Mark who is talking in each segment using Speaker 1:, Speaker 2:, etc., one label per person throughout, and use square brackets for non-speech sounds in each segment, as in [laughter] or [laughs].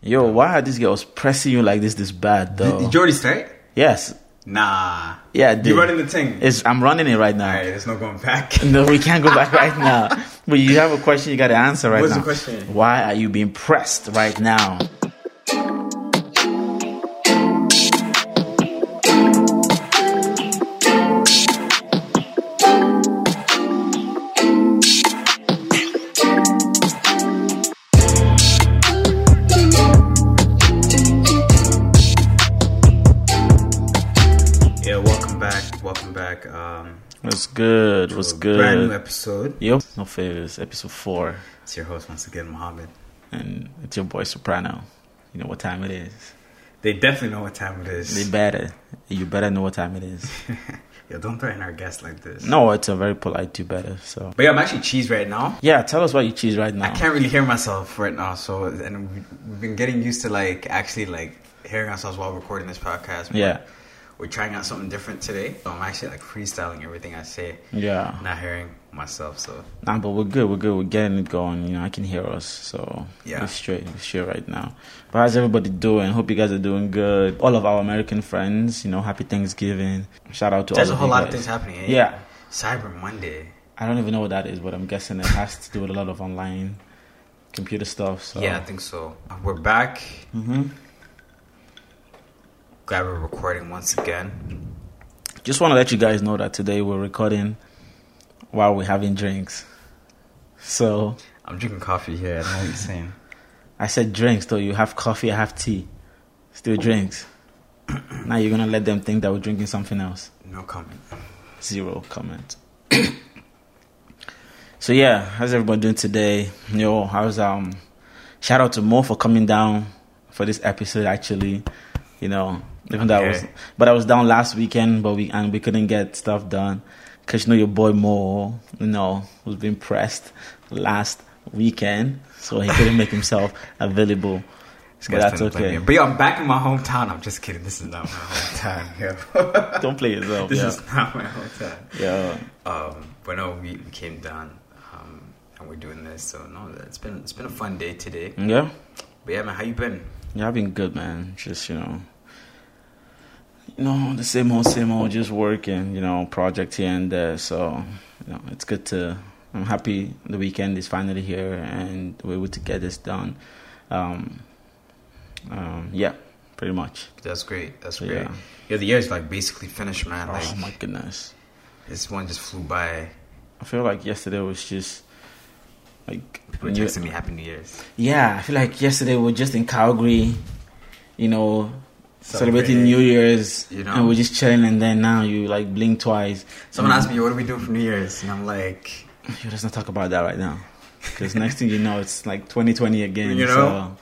Speaker 1: Yo, why are these girls pressing you like this this bad though?
Speaker 2: Did you already say it?
Speaker 1: yes.
Speaker 2: Nah.
Speaker 1: Oh. Yeah,
Speaker 2: You
Speaker 1: dude.
Speaker 2: running the thing.
Speaker 1: It's, I'm running it right now.
Speaker 2: Alright, there's no going back. [laughs]
Speaker 1: No, we can't go back [laughs] right now. But you have a question you got to answer right
Speaker 2: What's the
Speaker 1: now.
Speaker 2: question?
Speaker 1: Why are you being pressed right now?
Speaker 2: Yeah, welcome back. Welcome back. Um
Speaker 1: What's good? What's
Speaker 2: brand new
Speaker 1: good?
Speaker 2: episode.
Speaker 1: Yo, no favors. Episode four,
Speaker 2: It's your host once again, Mohammed.
Speaker 1: and it's your boy Soprano. You know what time it is.
Speaker 2: They definitely know what time it
Speaker 1: They
Speaker 2: is.
Speaker 1: better. You better know what time it is.
Speaker 2: [laughs] Yo, don't threaten our guests like this.
Speaker 1: No, it's a very polite you better. So
Speaker 2: But yeah, I'm actually cheese right now.
Speaker 1: yeah, tell us why you choose right now.
Speaker 2: I can't really hear myself right now, so and we- we've been getting used to like actually like hearing ourselves while recording this podcast. but
Speaker 1: Yeah,
Speaker 2: We're trying out something different today. So I'm actually like freestyling everything I say.
Speaker 1: yeah.
Speaker 2: Not hearing myself, so
Speaker 1: Nah, but we're good. We're good. We're getting it going. You know, I can hear us. So
Speaker 2: Yeah.
Speaker 1: we're straight. We're straight right now. But how's everybody doing? Hope you guys are doing good. All of our American friends, you know, happy Thanksgiving. Shout out to
Speaker 2: there's
Speaker 1: all
Speaker 2: a
Speaker 1: of
Speaker 2: whole
Speaker 1: you
Speaker 2: lot of
Speaker 1: guys.
Speaker 2: things happening. eh?
Speaker 1: Yeah,
Speaker 2: Cyber Monday.
Speaker 1: I don't even know what that is, but I'm guessing it has to do with a lot of online computer stuff. So
Speaker 2: Yeah, I think so. Uh, We're back.
Speaker 1: hmm
Speaker 2: Glad we're recording once again.
Speaker 1: just want to let you guys know that today we're recording while we're having drinks. So
Speaker 2: I'm drinking coffee here. I don't know what you're saying.
Speaker 1: I said drinks, though. You have coffee, I have tea. Still drinks. [clears throat] now you're gonna let them think that we're drinking something else.
Speaker 2: No comment.
Speaker 1: Zero comment. [coughs] so yeah, how's everybody doing today? Yo, how's um? Shout out to Mo for coming down for this episode. Actually, you know, even though I was,
Speaker 2: Okay.
Speaker 1: but I was down last weekend, but we and we couldn't get stuff done. Cause you know your boy Mo, you know, was being pressed last weekend, so he couldn't
Speaker 2: [laughs]
Speaker 1: make himself available.
Speaker 2: This
Speaker 1: But
Speaker 2: guy's
Speaker 1: that's
Speaker 2: trying to play
Speaker 1: okay.
Speaker 2: me. But yo, I'm back in my hometown. I'm just kidding. This is not my hometown. Yo. [laughs]
Speaker 1: Don't play yourself.
Speaker 2: this
Speaker 1: yeah.
Speaker 2: is not my hometown.
Speaker 1: yeah.
Speaker 2: Um, but no, we, we came down um, and we're doing this. So no, it's been it's been a fun day today.
Speaker 1: Yeah.
Speaker 2: But yeah, man, how you been?
Speaker 1: Yeah, I've been good, man. Just you know, you know, the same old, same old. Just working, you know, project here and there. So, you know, it's good to. I'm happy the weekend is finally here and we're able to get this done. Um, um, yeah, pretty much.
Speaker 2: That's great. That's great.
Speaker 1: Yeah.
Speaker 2: Yeah, the year's like basically finished, man. Like
Speaker 1: Oh my goodness,
Speaker 2: this one just flew by.
Speaker 1: I feel like yesterday was just like
Speaker 2: People are
Speaker 1: new-
Speaker 2: texting me Happy New Year's.
Speaker 1: Yeah, I feel like yesterday we were just in Calgary, you know, celebrating
Speaker 2: Celebrating,
Speaker 1: New Year's,
Speaker 2: you know.
Speaker 1: and we're just chilling. And then now you like blink twice.
Speaker 2: Someone
Speaker 1: And-
Speaker 2: asked me, "What do we do for New Year's?" And I'm like,
Speaker 1: Yo, let's not talk about that right now, because next thing you know, it's like 2020 again.
Speaker 2: You know?
Speaker 1: so,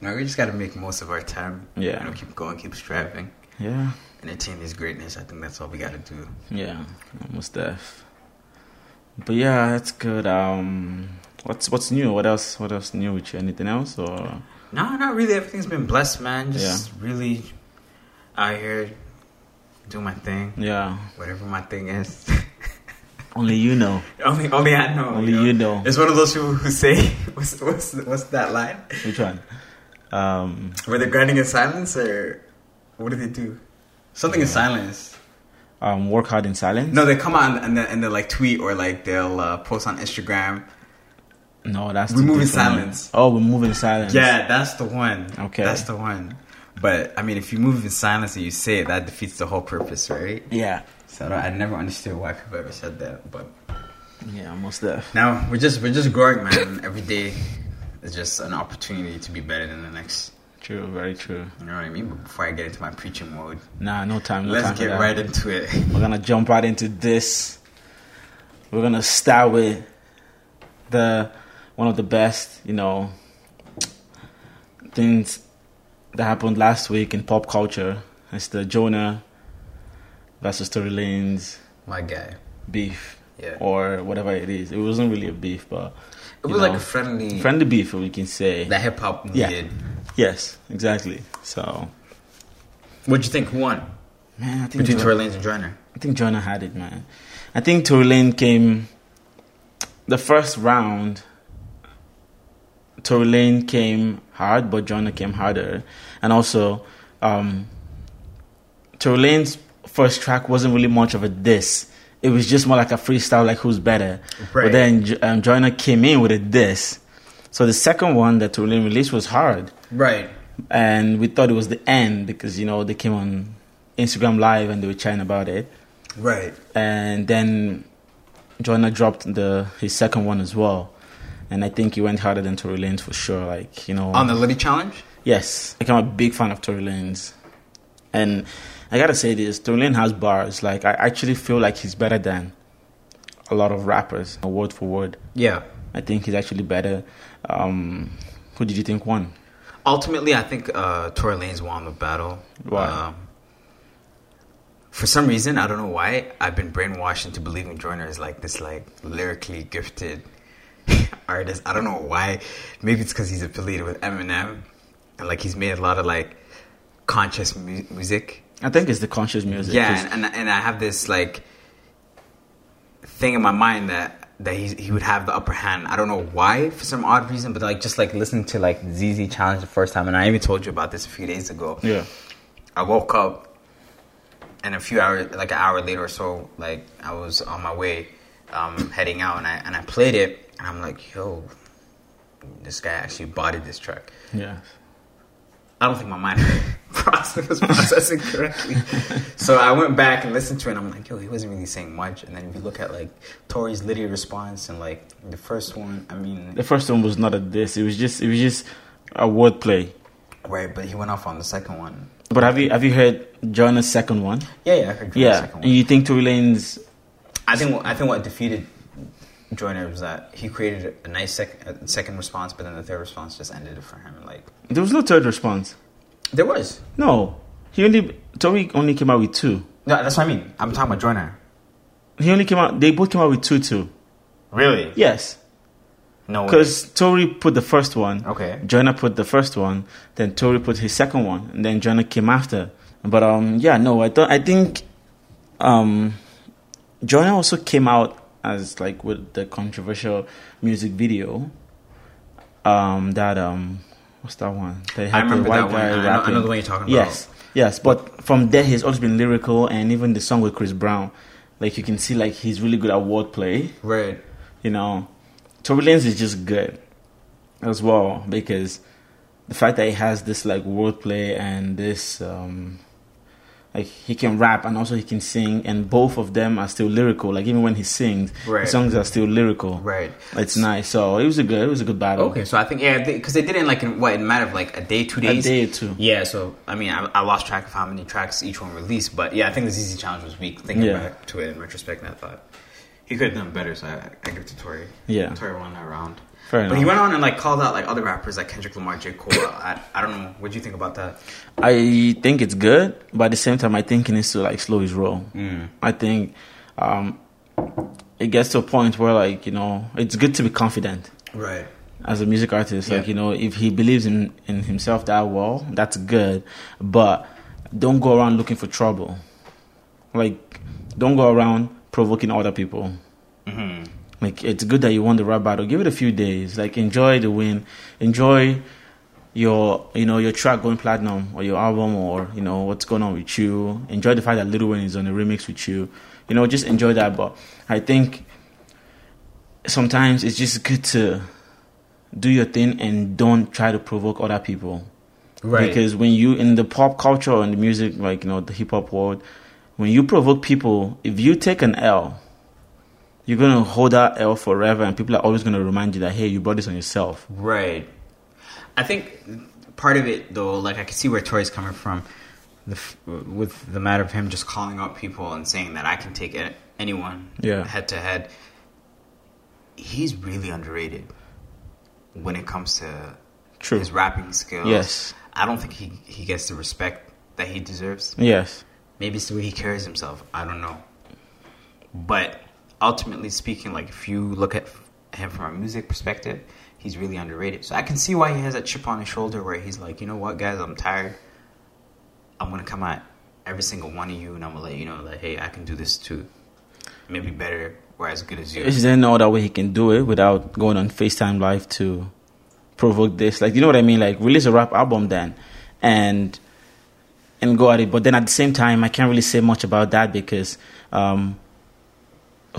Speaker 2: "No, we just got to make most of our time.
Speaker 1: Yeah.
Speaker 2: you know, keep going, keep striving,
Speaker 1: yeah,
Speaker 2: and attain this greatness. I think that's all we got to do."
Speaker 1: yeah, almost deaf. But yeah, that's good. Um, what's what's new? What else? What else new with you? Anything else? Or
Speaker 2: No, not really. Everything's been blessed, man. Just really out here doing my thing,
Speaker 1: yeah,
Speaker 2: whatever my thing is. [laughs]
Speaker 1: only you know.
Speaker 2: only, only I know.
Speaker 1: Only you know.
Speaker 2: It's one of those people who say, [laughs] "What's what's what's that line?"
Speaker 1: Which one? Um,
Speaker 2: Were they grinding in silence or what do they do? Something in silence.
Speaker 1: um, work hard in silence.
Speaker 2: No, they come on and they and they like tweet or like they'll uh, post on Instagram.
Speaker 1: No, that's
Speaker 2: We
Speaker 1: the
Speaker 2: move in
Speaker 1: different one.
Speaker 2: silence.
Speaker 1: Oh, we move in silence.
Speaker 2: Yeah, that's the one.
Speaker 1: Okay.
Speaker 2: that's the one. But I mean, if you move in silence and you say it, that defeats the whole purpose, right?
Speaker 1: yeah,
Speaker 2: So I, don't- I never understood why people ever said that, but
Speaker 1: yeah, almost there.
Speaker 2: now we're just we're just growing, man. Every day is just an opportunity to be better than the next.
Speaker 1: True, very true.
Speaker 2: You know what I mean? But before I get into my preaching mode,
Speaker 1: Nah, no time. No time
Speaker 2: let's
Speaker 1: for
Speaker 2: get
Speaker 1: that.
Speaker 2: right into [laughs] it.
Speaker 1: We're gonna jump right into this. We're gonna start with the one of the best, you know, things that happened last week in pop culture. It's the Jonah versus Tory Lanez
Speaker 2: My guy,
Speaker 1: beef
Speaker 2: yeah.
Speaker 1: or whatever it is. It wasn't really a beef, but
Speaker 2: It
Speaker 1: you
Speaker 2: was like
Speaker 1: know,
Speaker 2: a friendly,
Speaker 1: friendly beef, if we can say.
Speaker 2: that hip hop
Speaker 1: Yeah.
Speaker 2: needed.
Speaker 1: Yes, exactly. So,
Speaker 2: What'd you think? Who won
Speaker 1: man, I think
Speaker 2: between
Speaker 1: Jo-
Speaker 2: Tory Lanez and Joyner?
Speaker 1: I think Jonah had it, man. I think Tory Lane came the first round. Tory Lane came hard, but Jonah came harder, and also um, Tory Lane's first track wasn't really much of a diss. It was just more like a freestyle, like who's better.
Speaker 2: Right.
Speaker 1: But then J- um, Joyner came in with a diss. So the second one that Tory Lane released was hard
Speaker 2: Right.
Speaker 1: and we thought it was the end because you know they came on Instagram Live and they were chatting about it,
Speaker 2: Right.
Speaker 1: and then Joyner dropped the his second one as well, and I think he went harder than Tory Lanez for sure. Like you know,
Speaker 2: On the Liddy challenge?
Speaker 1: yes, like I'm a big fan of Tory Lanez, and I gotta say this: Tory Lanez has bars. Like I actually feel like he's better than a lot of rappers, word for word.
Speaker 2: Yeah.
Speaker 1: I think he's actually better. Um, who did you think won?
Speaker 2: Ultimately, I think uh, Tory Lanez won the battle.
Speaker 1: Why?
Speaker 2: Um, for some reason, I don't know why, I've been brainwashed into believing Joyner is like this, like lyrically gifted [laughs] artist. I don't know why. Maybe it's because he's affiliated with Eminem, and like he's made a lot of like conscious mu- music.
Speaker 1: I think it's the conscious music. 'cause-
Speaker 2: Yeah, and, and and I have this like thing in my mind that that he he would have the upper hand. I don't know why for some odd reason, but like just like listening to like ZZ Challenge the first time, and I even told you about this a few days ago.
Speaker 1: yeah.
Speaker 2: I woke up, and a few hours, like an hour later or so, like I was on my way, um, heading out, and I and I played it, and I'm like, yo, this guy actually bodied this track.
Speaker 1: Yeah.
Speaker 2: I don't think my mind [laughs] process was processing correctly.
Speaker 1: [laughs]
Speaker 2: so I went back and listened to it. and I'm like, yo, he wasn't really saying much. And then if you look at like Tori's Liddy response and like the first one, I mean,
Speaker 1: The first one was not a diss. It was just it was just a wordplay.
Speaker 2: right? But he went off on the second one.
Speaker 1: But have you have you heard Jonah's second one?
Speaker 2: Yeah, yeah, I heard Joyner's
Speaker 1: yeah.
Speaker 2: second
Speaker 1: And
Speaker 2: one.
Speaker 1: you think Tory Lane's
Speaker 2: I think what- I think what defeated Joyner was that he created a nice sec- a second response, but then the third response just ended it for him. Like
Speaker 1: there was no third response.
Speaker 2: there was
Speaker 1: No. He only Tory only came out with two.
Speaker 2: no. That's what I mean. I'm talking about Joyner.
Speaker 1: He only came out they both came out with two two.
Speaker 2: Really?
Speaker 1: Yes.
Speaker 2: No. way.
Speaker 1: Because Tory put the first one.
Speaker 2: Okay.
Speaker 1: Jonah put the first one, then Tory put his second one, and then Jonah came after. But um, yeah, no, I thought I think um, Jonah also came out as like with the controversial music video. Um, that um, what's that one? They
Speaker 2: I remember that one. I know- I know the one you're talking about.
Speaker 1: Yes, yes. But from there, he's always been lyrical, and even the song with Chris Brown, like you can see, like he's really good at wordplay
Speaker 2: Right.
Speaker 1: you know, Tory Lanez is just good as well because the fact that he has this like wordplay and this um like he can rap and also he can sing and both of them are still lyrical. Like even when he sings,
Speaker 2: Right.
Speaker 1: his songs are still lyrical.
Speaker 2: Right.
Speaker 1: It's nice. So it was a good it was a good battle.
Speaker 2: Okay, so I think yeah, because they, did it in like in, what in a matter of like a day, two days,
Speaker 1: day or two.
Speaker 2: Yeah, so I mean, I, I lost track of how many tracks each one released, but yeah, I think the ZZ Challenge was weak. Thinking
Speaker 1: Yeah.
Speaker 2: back to it in retrospect, and I thought he could have done better. So I, I give it to Tori.
Speaker 1: Yeah.
Speaker 2: Tori won that round.
Speaker 1: Fair
Speaker 2: but
Speaker 1: enough.
Speaker 2: he went on and like called out like other rappers like Kendrick Lamar, J. Cole. [coughs] I, I don't know. What do you think about that?
Speaker 1: I think it's good, but at the same time, I think he needs to like slow his roll.
Speaker 2: Mm.
Speaker 1: I think um, it gets to a point where like you know it's good to be confident.
Speaker 2: Right.
Speaker 1: as a music artist. Like
Speaker 2: Yeah.
Speaker 1: you know, if he believes in in himself that well, that's good. But don't go around looking for trouble. Like, don't go around provoking other people.
Speaker 2: Mm-hmm.
Speaker 1: Like it's good that you won the rap battle. Give it a few days. Like enjoy the win. Enjoy your you know your track going platinum or your album or you know what's going on with you. Enjoy the fact that Little Wayne is on the remix with you. You know, just enjoy that. But I think sometimes it's just good to do your thing and don't try to provoke other people.
Speaker 2: Right.
Speaker 1: Because when you in the pop culture and the music, like you know, the hip hop world, when you provoke people, if you take an L, you're gonna hold that L forever, and people are always gonna remind you that hey, you brought this on yourself.
Speaker 2: Right. I think part of it, though, like I can see where Tori's coming from, the, f- with the matter of him just calling out people and saying that I can take a- anyone
Speaker 1: Yeah.
Speaker 2: head to head. He's really underrated when it comes to
Speaker 1: True.
Speaker 2: his rapping skills.
Speaker 1: Yes.
Speaker 2: I don't think he, he gets the respect that he deserves.
Speaker 1: Yes.
Speaker 2: Maybe it's the way he carries himself. I don't know. But ultimately speaking, like if you look at him from a music perspective, he's really underrated. So I can see why he has that chip on his shoulder where he's like, you know what, guys, I'm tired. I'm gonna come at every single one of you, and I'm gonna let you know that hey, I can do this too. Maybe better or as good as you.
Speaker 1: Is there no other way he can do it without going on FaceTime Live to provoke this. Like, you know what I mean? Like, release a rap album then, and and go at it. But then at the same time, I can't really say much about that because um,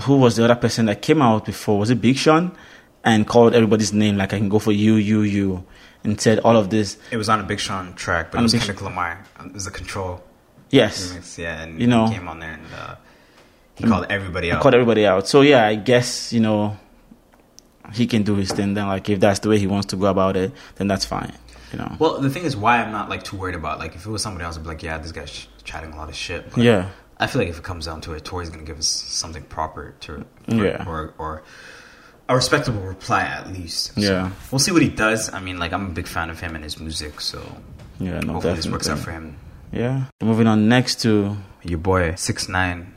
Speaker 1: who was the other person that came out before? Was it Big Sean? And called everybody's name. Like, I can go for you, you, you, and said all of this.
Speaker 2: It was on a Big Sean track, but
Speaker 1: On
Speaker 2: it was
Speaker 1: Big-
Speaker 2: Kendrick Lamar. It was the [laughs] Control
Speaker 1: Yes.
Speaker 2: remix, yeah. And
Speaker 1: You know.
Speaker 2: he came on there and uh, he called everybody out.
Speaker 1: caught everybody out. So yeah, I guess you know he can do his thing. Then like if that's the way he wants to go about it, then that's fine. You know.
Speaker 2: Well, the thing is, why I'm not like too worried about. Like, if it was somebody else, I'd be like, yeah, this guy's ch- chatting a lot of shit. But
Speaker 1: yeah.
Speaker 2: I feel like if it comes down to it, Tori's gonna give us something proper to,
Speaker 1: Yeah.
Speaker 2: or or a respectable reply at least. So
Speaker 1: Yeah.
Speaker 2: we'll see what he does. I mean, like, I'm a big fan of him and his music, so
Speaker 1: Yeah. No.
Speaker 2: hopefully
Speaker 1: Definitely.
Speaker 2: this works out for him.
Speaker 1: Yeah. Moving on next to
Speaker 2: Your boy six nine,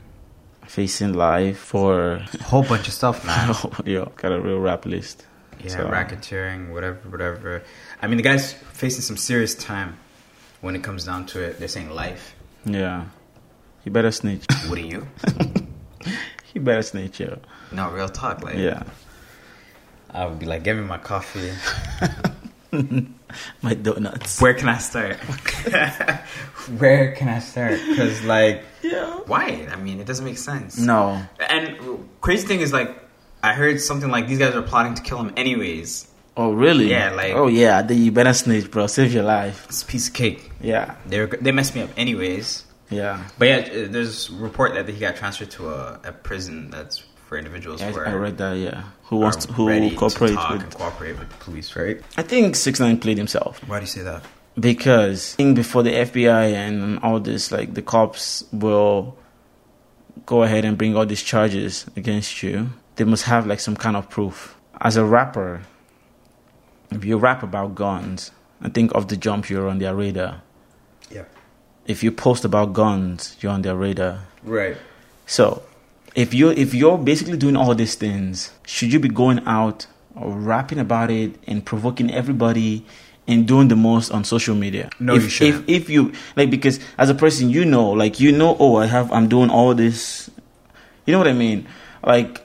Speaker 1: facing live for [laughs]
Speaker 2: whole bunch of stuff, man.
Speaker 1: yo got a real rap list.
Speaker 2: Yeah,
Speaker 1: So- uh,
Speaker 2: racketeering, whatever, whatever. I mean, the guy's facing some serious time when it comes down to it. They're saying life.
Speaker 1: Yeah. He better snitch. [laughs]
Speaker 2: Wouldn't you?
Speaker 1: he better snitch. Yo.
Speaker 2: No, real talk. Like,
Speaker 1: Yeah.
Speaker 2: I would be like, give me my coffee.
Speaker 1: My donuts.
Speaker 2: [laughs] Where can I start? [laughs] Where can I start? Because, like,
Speaker 1: Yeah.
Speaker 2: why? I mean, it doesn't make sense.
Speaker 1: No.
Speaker 2: And crazy thing is, like, I heard something like these guys are plotting to kill him anyways.
Speaker 1: Oh really?
Speaker 2: Yeah, like-
Speaker 1: Oh yeah. Then you better snitch, bro. Save your life.
Speaker 2: It's a piece of cake.
Speaker 1: Yeah.
Speaker 2: They were, they messed me up anyways.
Speaker 1: Yeah.
Speaker 2: But yeah, uh, there's a report that he got transferred to a, a prison that's for individuals
Speaker 1: I,
Speaker 2: who are,
Speaker 1: I read that. Yeah. Who
Speaker 2: are
Speaker 1: wants to, who will
Speaker 2: ready to
Speaker 1: cooperate
Speaker 2: talk
Speaker 1: with
Speaker 2: and cooperate with the police, right?
Speaker 1: I think Six Nine played himself
Speaker 2: Why do you say that?
Speaker 1: because I think before the FBI and all this, like the cops will go ahead and bring all these charges against you. They must have like some kind of proof. As a rapper, if you rap about guns, I think of the jump you're on their radar.
Speaker 2: Yeah.
Speaker 1: If you post about guns, you're on their radar.
Speaker 2: Right.
Speaker 1: So, if you if you're basically doing all these things, should you be going out or rapping about it and provoking everybody and doing the most on social media?
Speaker 2: No,
Speaker 1: if,
Speaker 2: you shouldn't.
Speaker 1: If if you like, because as a person, you know, like you know, oh, I have, I'm doing all this. You know what I mean? Like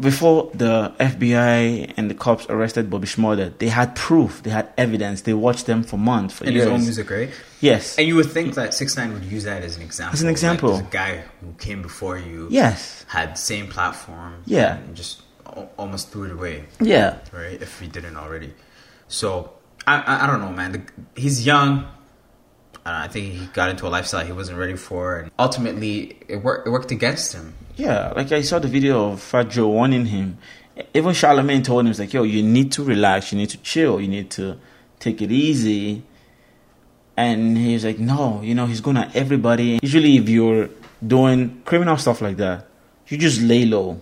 Speaker 1: before the FBI and the cops arrested Bobby Schmurder, they had proof, they had evidence. They watched them for months, for
Speaker 2: And
Speaker 1: years.
Speaker 2: his own music, right?
Speaker 1: Yes,
Speaker 2: And you would think that Six Nine would use that as an example.
Speaker 1: As an example.
Speaker 2: like, there's a guy who came before you,
Speaker 1: yes,
Speaker 2: had the same platform,
Speaker 1: Yeah.
Speaker 2: and just al- almost threw it away,
Speaker 1: yeah,
Speaker 2: right? If he didn't already. So I, I, I don't know, man. The, he's young. Uh, I think he got into a lifestyle he wasn't ready for, and ultimately it worked. It worked against him.
Speaker 1: Yeah, like I saw the video of Fat Joe warning him. Even Charlemagne told him, he's like, yo, you need to relax, you need to chill, you need to take it easy. And he was like, no, you know, he's going at everybody. Usually, if you're doing criminal stuff like that, you just lay low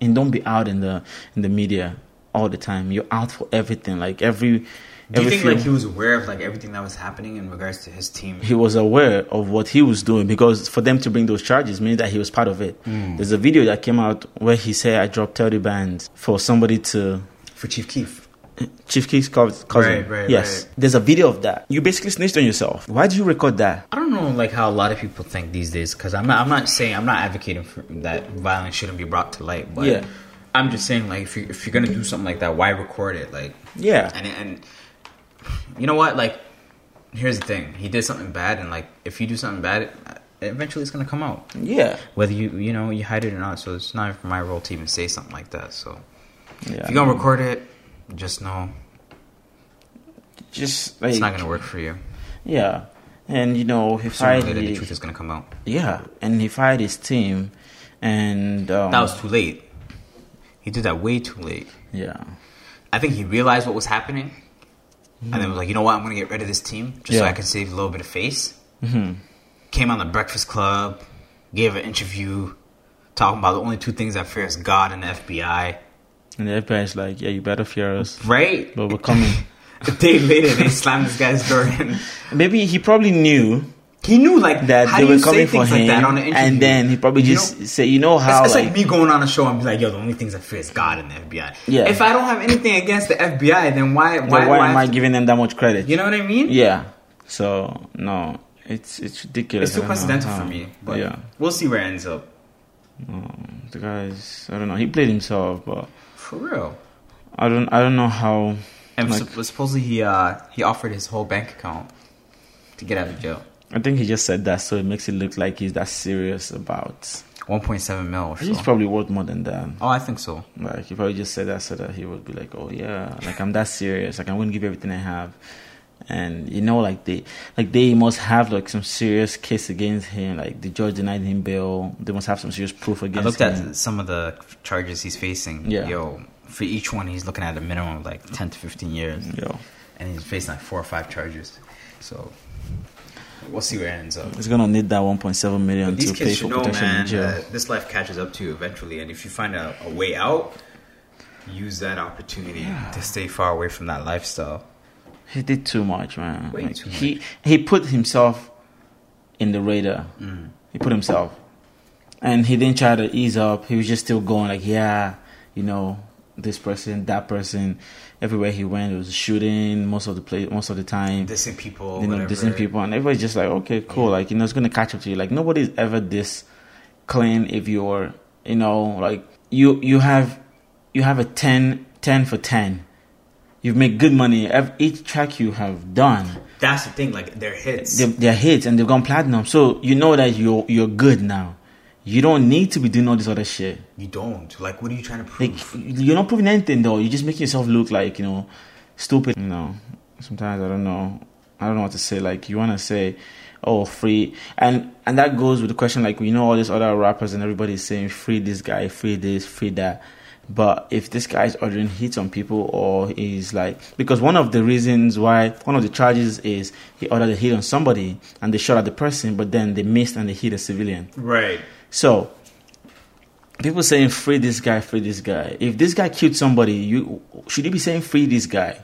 Speaker 1: and don't be out in the in the media all the time. You're out for everything, like every.
Speaker 2: Do you
Speaker 1: every
Speaker 2: think
Speaker 1: few-
Speaker 2: like he was aware of like everything that was happening in regards to his team?
Speaker 1: he was aware of what he was doing because for them to bring those charges means that he was part of it.
Speaker 2: Hmm.
Speaker 1: There's a video that came out where he said, "I dropped 30 bands for somebody to
Speaker 2: for Chief Keef.
Speaker 1: Chief Keith's cou- cousin."
Speaker 2: Right, right,
Speaker 1: yes,
Speaker 2: right.
Speaker 1: there's a video of that. You basically snitched on yourself. Why did you record that?
Speaker 2: I don't know like how a lot of people think these days because I'm not I'm not saying I'm not advocating for that violence shouldn't be brought to light, but
Speaker 1: Yeah.
Speaker 2: I'm just saying like if you if you're gonna do something like that, why record it? Like
Speaker 1: Yeah,
Speaker 2: and and you know what? Like here's the thing: he did something bad, and like if you do something bad, eventually it's gonna come out,
Speaker 1: yeah,
Speaker 2: whether you you know you hide it or not. So it's not my role to even say something like that. So
Speaker 1: yeah.
Speaker 2: if you're gonna record it, just know
Speaker 1: just
Speaker 2: it's
Speaker 1: like
Speaker 2: not gonna work for you.
Speaker 1: yeah, and you know he
Speaker 2: Sooner or
Speaker 1: fired.
Speaker 2: later, the
Speaker 1: his-
Speaker 2: truth is gonna come out.
Speaker 1: Yeah, and he fired his team, and um,
Speaker 2: That was too late. He did that way too late.
Speaker 1: yeah,
Speaker 2: I think he realized what was happening, and then was like, you know what, I'm gonna get rid of this team just
Speaker 1: Hmm. Yeah.
Speaker 2: so
Speaker 1: Mm-hmm.
Speaker 2: I can save a little bit of face. Came on the Breakfast Club, gave an interview, talking about the only two things I fear is God and the FBI.
Speaker 1: and the FBI's like, yeah, you better fear us,
Speaker 2: Right?
Speaker 1: but we're coming.
Speaker 2: [laughs]
Speaker 1: [laughs]
Speaker 2: a day later, they slammed this guy's door in.
Speaker 1: Maybe he probably knew
Speaker 2: He knew like
Speaker 1: that
Speaker 2: how
Speaker 1: they
Speaker 2: do
Speaker 1: were
Speaker 2: you say
Speaker 1: coming for
Speaker 2: things
Speaker 1: him,
Speaker 2: like that on an interview?
Speaker 1: and then he probably
Speaker 2: You
Speaker 1: just
Speaker 2: know?
Speaker 1: say, "You know
Speaker 2: It's,
Speaker 1: how?"
Speaker 2: it's like,
Speaker 1: like,
Speaker 2: me going on a show and be like, "Yo, the only things I fear is God and the FBI."
Speaker 1: Yeah.
Speaker 2: If I don't have anything against the FBI, then why?
Speaker 1: why,
Speaker 2: Why?
Speaker 1: why
Speaker 2: why
Speaker 1: am I giving them that much credit?
Speaker 2: you know what I mean?
Speaker 1: Yeah. So no, it's it's ridiculous.
Speaker 2: It's too
Speaker 1: I don't know
Speaker 2: coincidental
Speaker 1: how-
Speaker 2: for me. But
Speaker 1: yeah,
Speaker 2: We'll see where it ends up.
Speaker 1: Um, the guys. I don't know. He played himself, but
Speaker 2: For real.
Speaker 1: I don't. I don't know how
Speaker 2: And
Speaker 1: Like-
Speaker 2: sup- supposedly he uh, he offered his whole bank account to get out of jail.
Speaker 1: I think he just said that so it makes it look like he's that serious about.
Speaker 2: 1.7 mil or
Speaker 1: He's
Speaker 2: so.
Speaker 1: probably worth more than that.
Speaker 2: Oh, I think so.
Speaker 1: Like he probably just said that so that he would be like, "Oh yeah, like I'm that serious. Like I'm gonna give everything I have." And you know, like they, like they must have like some serious case against him. Like the judge denied him bail. They must have some serious proof
Speaker 2: I
Speaker 1: against
Speaker 2: looked
Speaker 1: him.
Speaker 2: at some of the charges he's facing.
Speaker 1: Yeah.
Speaker 2: Yo, for each one, he's looking at a minimum of like 10 to 15 years.
Speaker 1: Yo,
Speaker 2: And he's facing like four or five charges. So we'll see where it ends up.
Speaker 1: he's gonna need that 1.7 million
Speaker 2: But these
Speaker 1: to pay
Speaker 2: kids
Speaker 1: for
Speaker 2: should know,
Speaker 1: protection in
Speaker 2: man,
Speaker 1: jail.
Speaker 2: that this life catches up to you eventually. And if you find a, a way out, use that opportunity to stay far away from that lifestyle.
Speaker 1: He did too much, man.
Speaker 2: Way
Speaker 1: Like,
Speaker 2: too
Speaker 1: he he put himself in the radar. He put himself, and he didn't try to ease up. He was just still going like, yeah, you know, this person, that person. Everywhere he went, it was shooting most of the play, most of the time.
Speaker 2: Dissing people,
Speaker 1: you know,
Speaker 2: whatever.
Speaker 1: dissing people, and everybody's just like, okay, cool. Like you know, it's gonna catch up to you. Like nobody's ever this clean if you're, you know, like you you have you have a 10, 10 for ten. You've made good money. Ev- Each track you have done,
Speaker 2: That's the thing, like, their hits.
Speaker 1: they're, they're hits and they've gone platinum. So you know that you're you're good now. You don't need to be doing all this other shit.
Speaker 2: you don't. Like, what are you trying to prove?
Speaker 1: Like you're not proving anything though. You're just making yourself look like you know stupid. You know, sometimes I don't know. I don't know what to say. Like you want to say, "Oh, free," and and that goes with the question. Like we know all these other rappers and everybody's saying, "Free this guy, free this, free that." But if this guy is ordering hits on people, or he's like, because one of the reasons why one of the charges is he ordered a hit on somebody and they shot at the person, but then they missed and they hit a civilian.
Speaker 2: right.
Speaker 1: So people saying free this guy, free this guy. If this guy killed somebody, you should you be saying free this guy?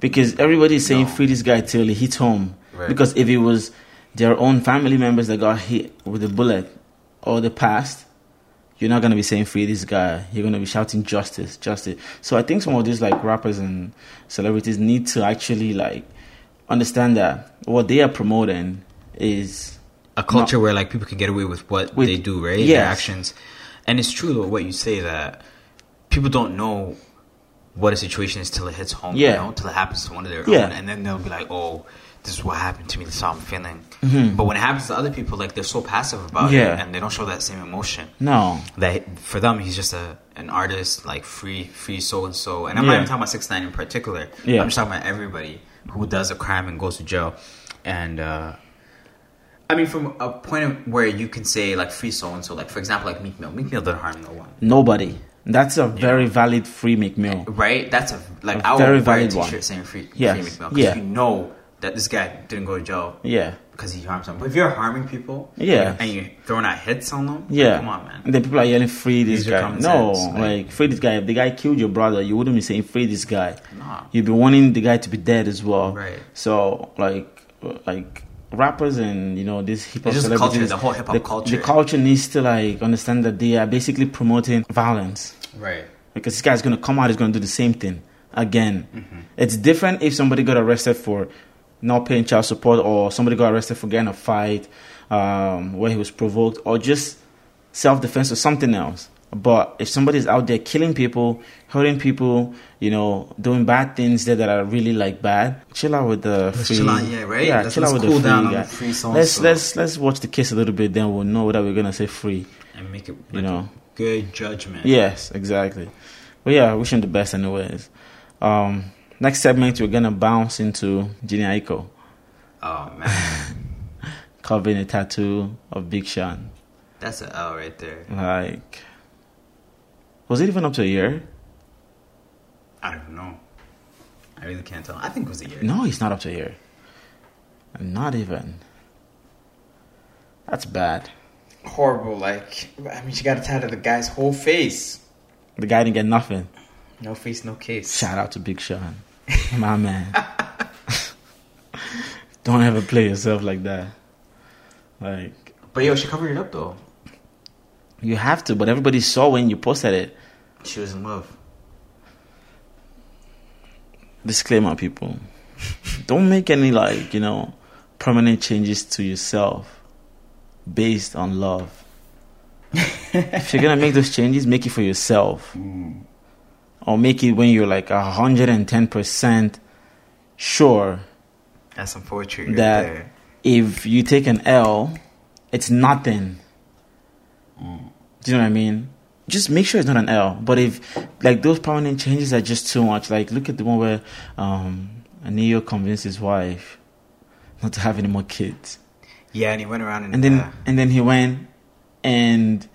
Speaker 1: Because everybody is saying
Speaker 2: No.
Speaker 1: free this guy till he hits home.
Speaker 2: Right.
Speaker 1: Because if it was their own family members that got hit with a bullet or the past, you're not gonna be saying free this guy. You're gonna be shouting justice, justice. So I think some of these like rappers and celebrities need to actually like understand that what they are promoting is
Speaker 2: a culture where like people can get away with what
Speaker 1: With-
Speaker 2: they do, right? Their
Speaker 1: yes.
Speaker 2: actions. And it's true though what you say that people don't know what a situation is till it hits home,
Speaker 1: Yeah.
Speaker 2: you know, till it happens to one of their
Speaker 1: Yeah.
Speaker 2: own, and then they'll be like, "Oh, this is what happened to me. This is how I'm feeling." But when it happens to other people, like they're so passive about it,
Speaker 1: Mm-hmm. Yeah.
Speaker 2: and they don't show that same emotion.
Speaker 1: no.
Speaker 2: That for them, he's just a an artist, like free, free so and so. And I'm not
Speaker 1: Yeah.
Speaker 2: even talking about six nine in particular.
Speaker 1: Yeah.
Speaker 2: I'm just talking about everybody who does a crime and goes to jail. And uh, I mean, from a point of where you can say like free so and so, like for example, like Meek Mill. Meek Mill did harm no one,
Speaker 1: Nobody. That's a very valid free McMill.
Speaker 2: right? That's a like
Speaker 1: A
Speaker 2: I would
Speaker 1: very
Speaker 2: wear a
Speaker 1: valid
Speaker 2: t-shirt
Speaker 1: one.
Speaker 2: saying free,
Speaker 1: Yes.
Speaker 2: free Meek Mill because
Speaker 1: Yeah.
Speaker 2: you know that this guy didn't go to jail
Speaker 1: Yeah.
Speaker 2: because he harmed someone. But if you're harming people,
Speaker 1: Yeah.
Speaker 2: and you're throwing out hits on them,
Speaker 1: Yeah.
Speaker 2: come on, man.
Speaker 1: And then people are yelling, free this
Speaker 2: Use your
Speaker 1: guy.
Speaker 2: common
Speaker 1: No,
Speaker 2: sense, like-
Speaker 1: like, free this guy. If the guy killed your brother, you wouldn't be saying free this guy.
Speaker 2: Nah.
Speaker 1: You'd be wanting the guy to be dead as well.
Speaker 2: Right.
Speaker 1: So, like, like rappers and, you know, this hip hop
Speaker 2: It's just the
Speaker 1: celebrities.
Speaker 2: culture, the whole hip-hop
Speaker 1: the-
Speaker 2: culture.
Speaker 1: The culture needs to, like, understand that they are basically promoting violence.
Speaker 2: Right.
Speaker 1: because this guy's gonna come out, he's gonna do the same thing again.
Speaker 2: Mm-hmm.
Speaker 1: It's different if somebody got arrested for not paying child support, or somebody got arrested for getting a fight um, where he was provoked, or just self defense or something else. But if somebody's out there killing people, hurting people, you know, doing bad things there that are really like bad, chill out with the
Speaker 2: Let's
Speaker 1: free.
Speaker 2: chill out, yeah, right?
Speaker 1: Yeah,
Speaker 2: Let's-
Speaker 1: chill out
Speaker 2: let's
Speaker 1: with
Speaker 2: cool
Speaker 1: the free.
Speaker 2: down on
Speaker 1: guy.
Speaker 2: the free so and
Speaker 1: let's
Speaker 2: so.
Speaker 1: let's let's watch the case a little bit, then we'll know whether we're gonna say free.
Speaker 2: And make it,
Speaker 1: You know.
Speaker 2: good judgment.
Speaker 1: Yes, exactly. But yeah, wish him the best anyways. Um, next segment, we're gonna bounce into Gina Aiko
Speaker 2: Oh man, [laughs]
Speaker 1: covering a tattoo of Big Sean.
Speaker 2: that's an L right there.
Speaker 1: Like, was it even up to a year?
Speaker 2: I don't know. I really can't tell. I think it was a year.
Speaker 1: No, he's not up to a year. Not even. That's bad.
Speaker 2: Horrible. Like I mean, she got a tattoo of the guy's whole face.
Speaker 1: The guy didn't get nothing.
Speaker 2: No face, no case.
Speaker 1: Shout out to Big Sean, [laughs] my man. [laughs] Don't ever play yourself like that. Like,
Speaker 2: But yo, she covered it up though.
Speaker 1: You have to, but everybody saw when you posted it.
Speaker 2: She was in love.
Speaker 1: Disclaimer, people. Don't make any, like, you know, permanent changes to yourself based on love. if you're going to make those changes, make it for yourself. or make it when you're like 110% sure
Speaker 2: That's some poetry right
Speaker 1: That-
Speaker 2: there.
Speaker 1: if you take an L, it's nothing. Do you know what I mean? Just make sure it's not an L. But if like those permanent changes are just too much, like look at the one where um Neo convinced his wife not to have any more kids.
Speaker 2: Yeah, and he went around and,
Speaker 1: And then
Speaker 2: uh,
Speaker 1: and then he went and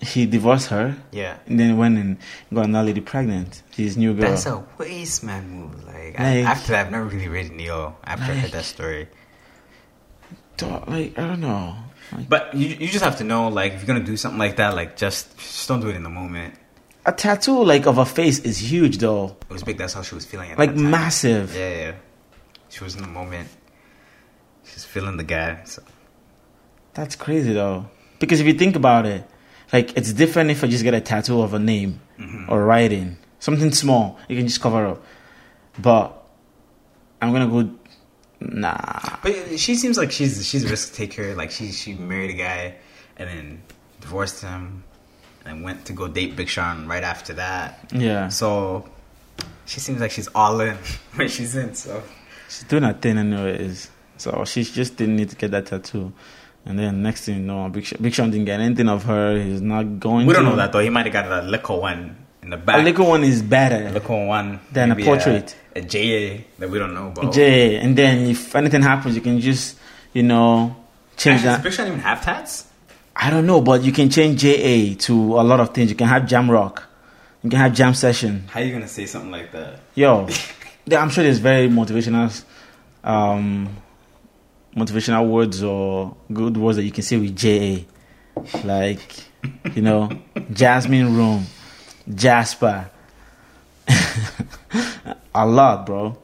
Speaker 1: he divorced her
Speaker 2: yeah.
Speaker 1: and then went and got another lady pregnant. His new girl.
Speaker 2: That's a waste man move. Like, I,
Speaker 1: Like-
Speaker 2: after that, I've never really read Neo after I heard that story.
Speaker 1: Dog, like I don't know. Like,
Speaker 2: But you, you just have to know, like, if you're gonna do something like that, like, just just don't do it in the moment.
Speaker 1: a tattoo like of a face is huge though.
Speaker 2: It was big. That's how she was feeling. At
Speaker 1: Like
Speaker 2: that time.
Speaker 1: massive.
Speaker 2: Yeah, yeah. She was in the moment. She's feeling the guy. So.
Speaker 1: That's crazy though. Because if you think about it, like it's different if I just get a tattoo of a name
Speaker 2: Mm-hmm.
Speaker 1: or writing. Something small. You can just cover up. But I'm gonna go nah.
Speaker 2: But she seems like she's she's a risk taker. Like she she married a guy and then divorced him and went to go date Big Sean right after that.
Speaker 1: Yeah.
Speaker 2: So she seems like she's all in [laughs] where she's in. So
Speaker 1: She's doing her thing anyways. So she just didn't need to get that tattoo. And then next thing you know, Big Sean, Big Sean didn't get anything of her. He's not going
Speaker 2: we don't
Speaker 1: to.
Speaker 2: know that though. He might have got a liquor one in the
Speaker 1: A
Speaker 2: back.
Speaker 1: little one is
Speaker 2: A
Speaker 1: better.
Speaker 2: liquor one.
Speaker 1: Then a
Speaker 2: maybe
Speaker 1: portrait.
Speaker 2: A, JA that we don't know about.
Speaker 1: Jay. And then if anything happens, you can just, you know, change
Speaker 2: Actually,
Speaker 1: that.
Speaker 2: does Big Sean even have tats?
Speaker 1: I don't know, but you can change JA to a lot of things. You can have jam rock. You can have jam session.
Speaker 2: How are you gonna say something like that?
Speaker 1: Yo, there- I'm sure there's very motivational, um, motivational words or good words that you can say with JA, like you know, Jasmine room, Jasper. [laughs] a lot, bro.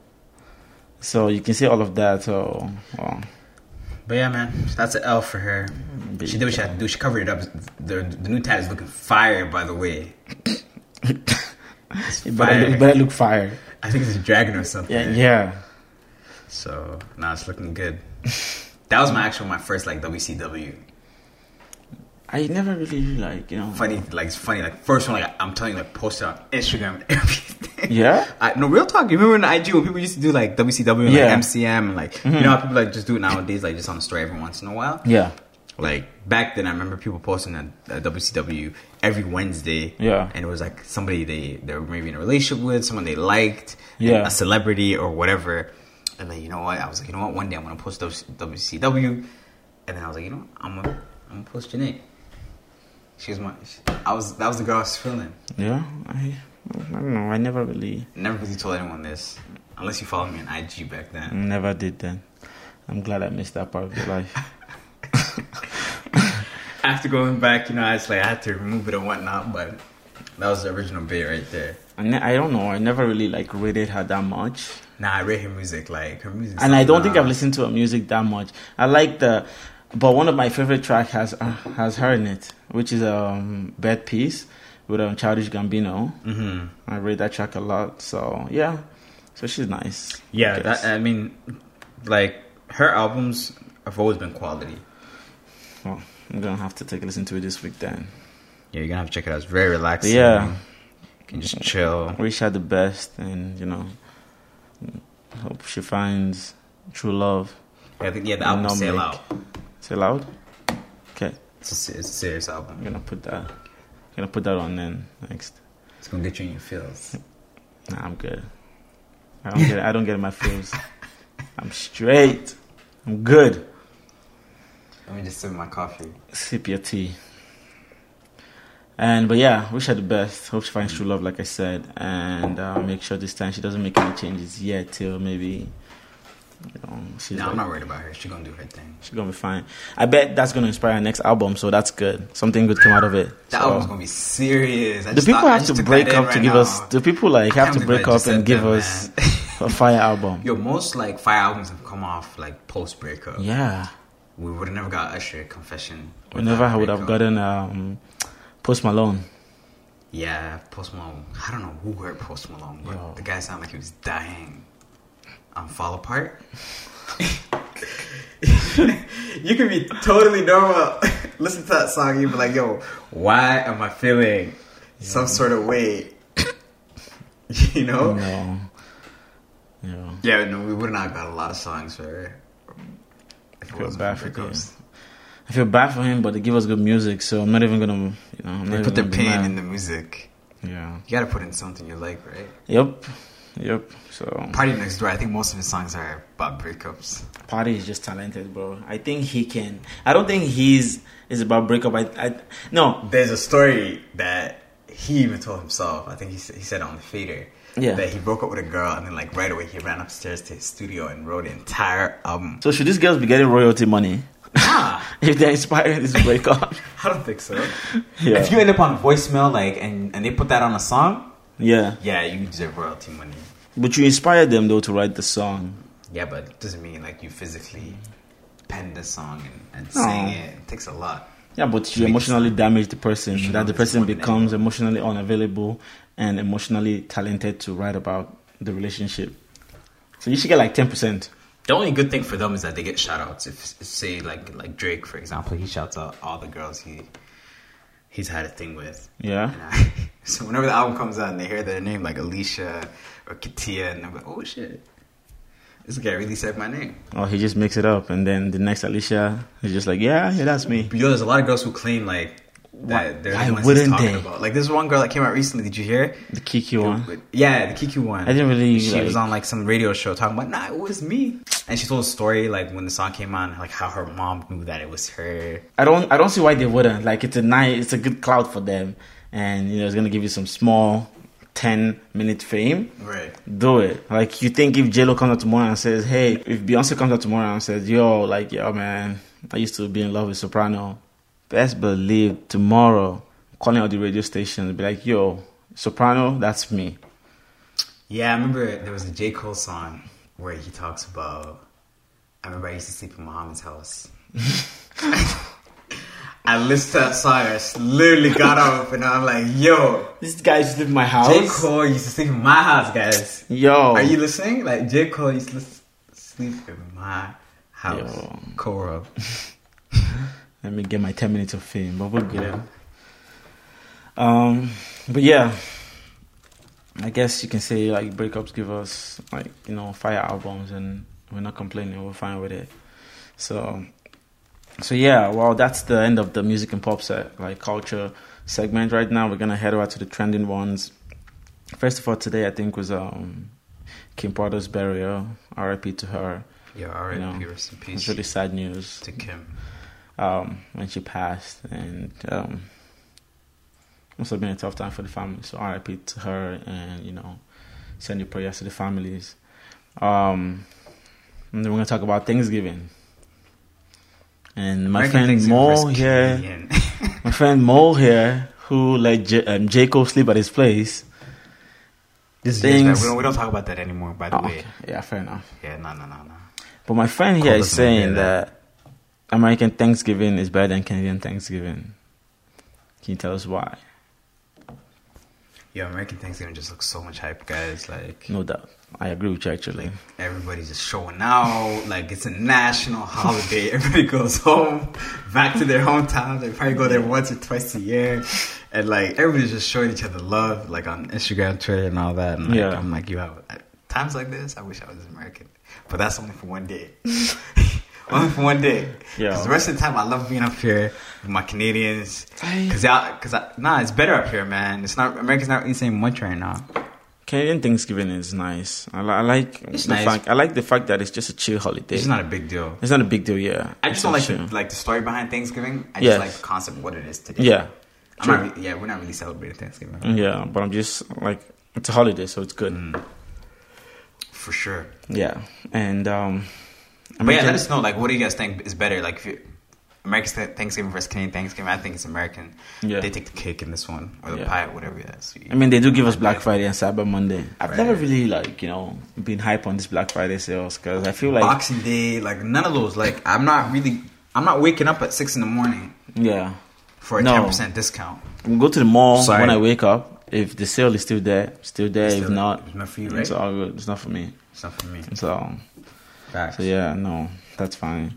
Speaker 1: So you can say all of that. So well,
Speaker 2: But yeah, man, that's an L for her. She did what she had to do. She covered it up. The, the new tat is looking fire, by the way. It's
Speaker 1: it better,
Speaker 2: fire.
Speaker 1: it better look fire.
Speaker 2: I think it's a dragon or something.
Speaker 1: Yeah, yeah.
Speaker 2: So now it's looking good. That was my actual my first like WCW.
Speaker 1: I never really like you know.
Speaker 2: Funny, like it's funny, like first one like I'm telling you, like posted on Instagram and [laughs] everything.
Speaker 1: Yeah.
Speaker 2: I, no real talk. You remember in IG when people used to do like WCW
Speaker 1: Yeah.
Speaker 2: and
Speaker 1: Mm-hmm.
Speaker 2: like MCM and like you know how people like just do it nowadays, like just on the story every once in a while.
Speaker 1: Yeah.
Speaker 2: like back then i remember people posting at, at wcw every wednesday
Speaker 1: Yeah.
Speaker 2: and it was like somebody they they were maybe in a relationship with someone they liked
Speaker 1: Yeah.
Speaker 2: a celebrity or whatever and then you know what i was like you know what one day i'm gonna post wcw and then i was like you know what? i'm gonna i'm gonna post Janae. she was my i was that was the girl i was feeling
Speaker 1: Yeah. I, I don't know. I never really
Speaker 2: never really told anyone this unless you followed me on ig back then
Speaker 1: never did that. I'm glad I missed that part of your
Speaker 2: [laughs]
Speaker 1: life.
Speaker 2: after going back you know i was like i had to remove it and whatnot but that was the original bit right there
Speaker 1: I, ne- I don't know. I never really like rated her that much,
Speaker 2: Nah, I rate her music. Like her music,
Speaker 1: and I don't think I've listened to her music that much. I like the, but one of my favorite track has uh, has her in it, which is um bad piece with um Childish Gambino.
Speaker 2: hmm
Speaker 1: I rate that track a lot. So yeah, so she's nice. I
Speaker 2: Yeah,
Speaker 1: guess.
Speaker 2: that, uh, I mean, like her albums have always been quality.
Speaker 1: Well, I'm gonna have to take a listen to it this week then.
Speaker 2: Yeah, you're gonna have to check it out. It's very relaxing.
Speaker 1: Yeah.
Speaker 2: you can just chill.
Speaker 1: wish her the best and you know hope she finds true love
Speaker 2: I think yeah, the album
Speaker 1: No
Speaker 2: Sail
Speaker 1: mic.
Speaker 2: Out.
Speaker 1: say loud okay
Speaker 2: It's a, se- it's a serious
Speaker 1: i'm
Speaker 2: album.
Speaker 1: gonna put that i'm gonna put that on then next
Speaker 2: It's gonna get you in your feels.
Speaker 1: nah, i'm good i don't get i don't get my feels i'm straight i'm good
Speaker 2: Let me just sip my coffee.
Speaker 1: sip your tea and but yeah wish her the best hope she finds true love like i said and uh, make sure this time she doesn't make any changes yet till maybe you know she's
Speaker 2: No,
Speaker 1: like-
Speaker 2: I'm not worried about her. She's gonna do her thing.
Speaker 1: She's gonna be fine. I bet that's gonna inspire her next album, so that's good. Something good came out of it.
Speaker 2: That
Speaker 1: So-
Speaker 2: album's gonna be serious. I
Speaker 1: do
Speaker 2: just
Speaker 1: people
Speaker 2: thought- I
Speaker 1: have
Speaker 2: just
Speaker 1: to
Speaker 2: took
Speaker 1: break
Speaker 2: that in
Speaker 1: up to
Speaker 2: right
Speaker 1: give
Speaker 2: now.
Speaker 1: us? Do people like
Speaker 2: I
Speaker 1: have to
Speaker 2: can't
Speaker 1: break
Speaker 2: believe I
Speaker 1: up
Speaker 2: just
Speaker 1: and
Speaker 2: said
Speaker 1: give
Speaker 2: that,
Speaker 1: us
Speaker 2: man.
Speaker 1: [laughs] a fire album?
Speaker 2: Yo, most like fire albums have come off like post breakup.
Speaker 1: Yeah,
Speaker 2: We would have never got Usher confession.
Speaker 1: we never
Speaker 2: without
Speaker 1: would have
Speaker 2: breakup.
Speaker 1: gotten um, Post Malone.
Speaker 2: Yeah, Post Malone. I don't know who hurt Post Malone, but
Speaker 1: Yo.
Speaker 2: the guy sounded like he was dying. Um, fall apart. [laughs] you can [laughs] be totally normal. Listen to that song, you'd be like, "Yo, why am I feeling some sort of way. [laughs] you know?
Speaker 1: No. Yeah.
Speaker 2: Yeah, no, we would not have got a lot of songs for. If it
Speaker 1: Feel
Speaker 2: wasn't
Speaker 1: bad
Speaker 2: for
Speaker 1: for
Speaker 2: Rick Ghost.
Speaker 1: I feel bad for him, but they give us good music, so I'm not even gonna, you know, I'm
Speaker 2: They
Speaker 1: not even
Speaker 2: put their
Speaker 1: gonna be
Speaker 2: pain
Speaker 1: mad.
Speaker 2: in the music.
Speaker 1: Yeah.
Speaker 2: You gotta put in something you like, right?
Speaker 1: Yep. Yep. So
Speaker 2: Party Next Door, I think most of his songs are about breakups.
Speaker 1: Party is just talented, bro. I think he can. I don't think he's is about breakup. I, I no.
Speaker 2: There's a story that he even told himself, I think he, s- he said on the fader,
Speaker 1: Yeah.
Speaker 2: that he broke up with a girl and then, like, right away he ran upstairs to his studio and wrote the entire album.
Speaker 1: So should these girls be getting royalty money
Speaker 2: Nah,
Speaker 1: [laughs] if they're inspiring this breakup?
Speaker 2: [laughs] I don't think so.
Speaker 1: yeah.
Speaker 2: If you end up on voicemail, like, and, and they put that on a song,
Speaker 1: [laughs] yeah.
Speaker 2: yeah, you deserve royalty money.
Speaker 1: But you inspired them though to write the song.
Speaker 2: Yeah, but it doesn't mean, like, you physically penned the song and, and
Speaker 1: No.
Speaker 2: sang it. It takes a lot.
Speaker 1: Yeah, but you
Speaker 2: Makes-
Speaker 1: emotionally damage the person.
Speaker 2: Emotional
Speaker 1: That the person
Speaker 2: disappointment.
Speaker 1: becomes emotionally unavailable and emotionally talented to write about the relationship. So you should get like ten percent.
Speaker 2: The only good thing for them is that they get shout outs. If say like like Drake for example, he shouts out all the girls he he's had a thing with.
Speaker 1: Yeah.
Speaker 2: And I, [laughs] so whenever the album comes out and they hear their name like Alicia or Katia and I'm like, Oh shit. This guy really said my name.
Speaker 1: Or he just makes it up, and then the next Alicia is just like, "Yeah, yeah, that's me."
Speaker 2: But yo, there's a lot of girls who claim like that
Speaker 1: Why-
Speaker 2: they're
Speaker 1: why
Speaker 2: the ones he's
Speaker 1: wouldn't
Speaker 2: talking
Speaker 1: they?
Speaker 2: about. Like there's one girl that came out recently, did you hear?
Speaker 1: The Kiki one.
Speaker 2: Yeah, the Kiki one.
Speaker 1: I didn't really,
Speaker 2: She was
Speaker 1: like-
Speaker 2: on like some radio show talking about, nah, it was me. And she told a story like when the song came on, like how her mom knew that it was her.
Speaker 1: I don't I don't see why they wouldn't. Like it's a nice it's a good cloud for them and you know it's gonna give you some small ten minute fame.
Speaker 2: Right.
Speaker 1: Do it. Like you think if JLo comes out tomorrow and says, Hey, if Beyonce comes out tomorrow and says, Yo, like, yo man, I used to be in love with Soprano. Best believe tomorrow I'm calling out the radio station and be like, Yo, Soprano, that's me.
Speaker 2: Yeah, I remember there was a J. Cole song where he talks about I remember I used to sleep in Muhammad's house. [laughs] I listened to that song, I s- literally got up and I'm like, yo,
Speaker 1: This guy just lived in my
Speaker 2: J.
Speaker 1: house.
Speaker 2: Cole used to sleep in my house, guys.
Speaker 1: Yo
Speaker 2: Are you listening? Like J. Cole used to lis- sleep in my house.
Speaker 1: Yo.
Speaker 2: Cora.
Speaker 1: Let me get my 10 minutes of fame, but we'll get it. Um, but yeah, I guess you can say like breakups give us like you know fire albums, and we're not complaining. We're fine with it. So, so yeah. Well, that's the end of the music and pop set like culture segment. Right now, we're gonna head over to the trending ones. First of all, today I think was um Kim Porter's burial. R.I.P. to her.
Speaker 2: Yeah, alright,
Speaker 1: No.
Speaker 2: rest in
Speaker 1: It's
Speaker 2: peace
Speaker 1: really sad news
Speaker 2: to Kim.
Speaker 1: um, when she passed, and um, must have been a tough time for the family. So RIP to her, and you know, send your prayers to the families. Um, and then we're gonna talk about Thanksgiving. And my
Speaker 2: American
Speaker 1: friend
Speaker 2: Thanksgiving
Speaker 1: Mo
Speaker 2: versus [laughs]
Speaker 1: here,
Speaker 2: Canadian.
Speaker 1: my friend Mo here, who let J- um, Jacob sleep at his place.
Speaker 2: This is
Speaker 1: Things-
Speaker 2: years back. We don't, we don't talk about that anymore, by the
Speaker 1: Oh,
Speaker 2: way.
Speaker 1: okay. Yeah, fair enough.
Speaker 2: Yeah, no, no, no, no.
Speaker 1: But my friend here
Speaker 2: Call
Speaker 1: is
Speaker 2: us when you hear
Speaker 1: saying
Speaker 2: that.
Speaker 1: that American Thanksgiving is better than Canadian Thanksgiving. Can you tell us why?
Speaker 2: Yo, American Thanksgiving just looks so much hype, guys. Like,
Speaker 1: No doubt. I agree with you actually.
Speaker 2: like everybody's just showing out. Like, it's a national [laughs] holiday. Everybody goes home, back to their hometowns. They probably go there once or twice a year, and like everybody's just showing each other love, like on Instagram, Twitter, and all that. And like,
Speaker 1: Yeah.
Speaker 2: I'm like, you have at times like this. I wish I was American, but that's only for
Speaker 1: [laughs]
Speaker 2: one day. only for one day.
Speaker 1: Yeah.
Speaker 2: Because the rest of the time, I love being up here with my Canadians.
Speaker 1: I-
Speaker 2: Cause, y'all, cause I, nah, it's better up here, man. It's not America's not really saying much right now.
Speaker 1: Canadian Thanksgiving is nice. I, li- I like
Speaker 2: It's
Speaker 1: the
Speaker 2: nice.
Speaker 1: fact. I like the fact that it's just a chill holiday.
Speaker 2: It's not a big deal.
Speaker 1: It's not a big deal. Yeah.
Speaker 2: I just
Speaker 1: It's
Speaker 2: don't
Speaker 1: a
Speaker 2: like the,
Speaker 1: chill.
Speaker 2: like the story behind Thanksgiving. I
Speaker 1: Yes.
Speaker 2: just like the concept of what it is today.
Speaker 1: Yeah. Mm.
Speaker 2: I'm not really, yeah, we're not really celebrating Thanksgiving
Speaker 1: Yeah, but I'm just like it's a holiday, so it's
Speaker 2: Mm.
Speaker 1: good.
Speaker 2: for sure.
Speaker 1: Yeah, and um,
Speaker 2: But yeah,
Speaker 1: American-
Speaker 2: let us know. Like, what do you guys think is better? Like, if you American Th- Thanksgiving versus Canadian Thanksgiving, I think it's American.
Speaker 1: Yeah.
Speaker 2: they take the cake in this one or the
Speaker 1: Yeah.
Speaker 2: pie, whatever it is.
Speaker 1: I mean, they do give us Black Friday and Cyber Monday. I've
Speaker 2: Right.
Speaker 1: never really like you know been hype on this Black Friday sales because I feel like
Speaker 2: Boxing Day, like none of those. Like, I'm not really, I'm not waking up at six in the morning
Speaker 1: yeah,
Speaker 2: for a
Speaker 1: No.
Speaker 2: ten percent discount.
Speaker 1: we go to the mall
Speaker 2: Sorry.
Speaker 1: when I wake up. If the sale is still there, still there.
Speaker 2: It's
Speaker 1: if
Speaker 2: still-
Speaker 1: not,
Speaker 2: it's not for you,
Speaker 1: It's
Speaker 2: right?
Speaker 1: all good. It's not for me.
Speaker 2: It's not for me.
Speaker 1: So
Speaker 2: Facts.
Speaker 1: So yeah, no, that's fine.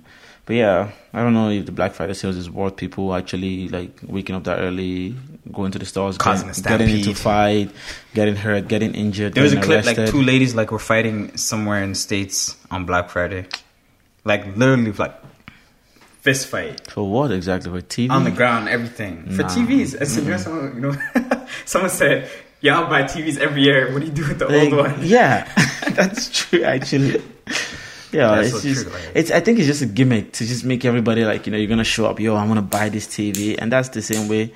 Speaker 1: But yeah, I don't know if the Black Friday sales is worth people actually like waking up that early, going to the stores,
Speaker 2: Causing
Speaker 1: get-
Speaker 2: a
Speaker 1: getting into
Speaker 2: stampede.
Speaker 1: fight, getting hurt, getting injured.
Speaker 2: There was a
Speaker 1: getting
Speaker 2: clip like
Speaker 1: arrested.
Speaker 2: two ladies like were fighting somewhere in the states on Black Friday, like literally like fist fight
Speaker 1: for what exactly? For TV?
Speaker 2: on the ground, everything
Speaker 1: Hmm.
Speaker 2: for
Speaker 1: Nah. Hmm.
Speaker 2: TVs. As soon as someone, you know, [laughs] someone said, "Y'all buy TVs every year. What do you do with the
Speaker 1: Like, [laughs]
Speaker 2: old [laughs] one?"
Speaker 1: Yeah, that's true. Actually, yeah,
Speaker 2: That's
Speaker 1: it's
Speaker 2: so
Speaker 1: just
Speaker 2: true, like-
Speaker 1: it's. I think it's just a gimmick to just make everybody like you know you're gonna show up. Yo, I'm gonna buy this TV, and that's the same way.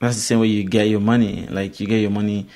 Speaker 1: That's the same way you get your money. Like you get your money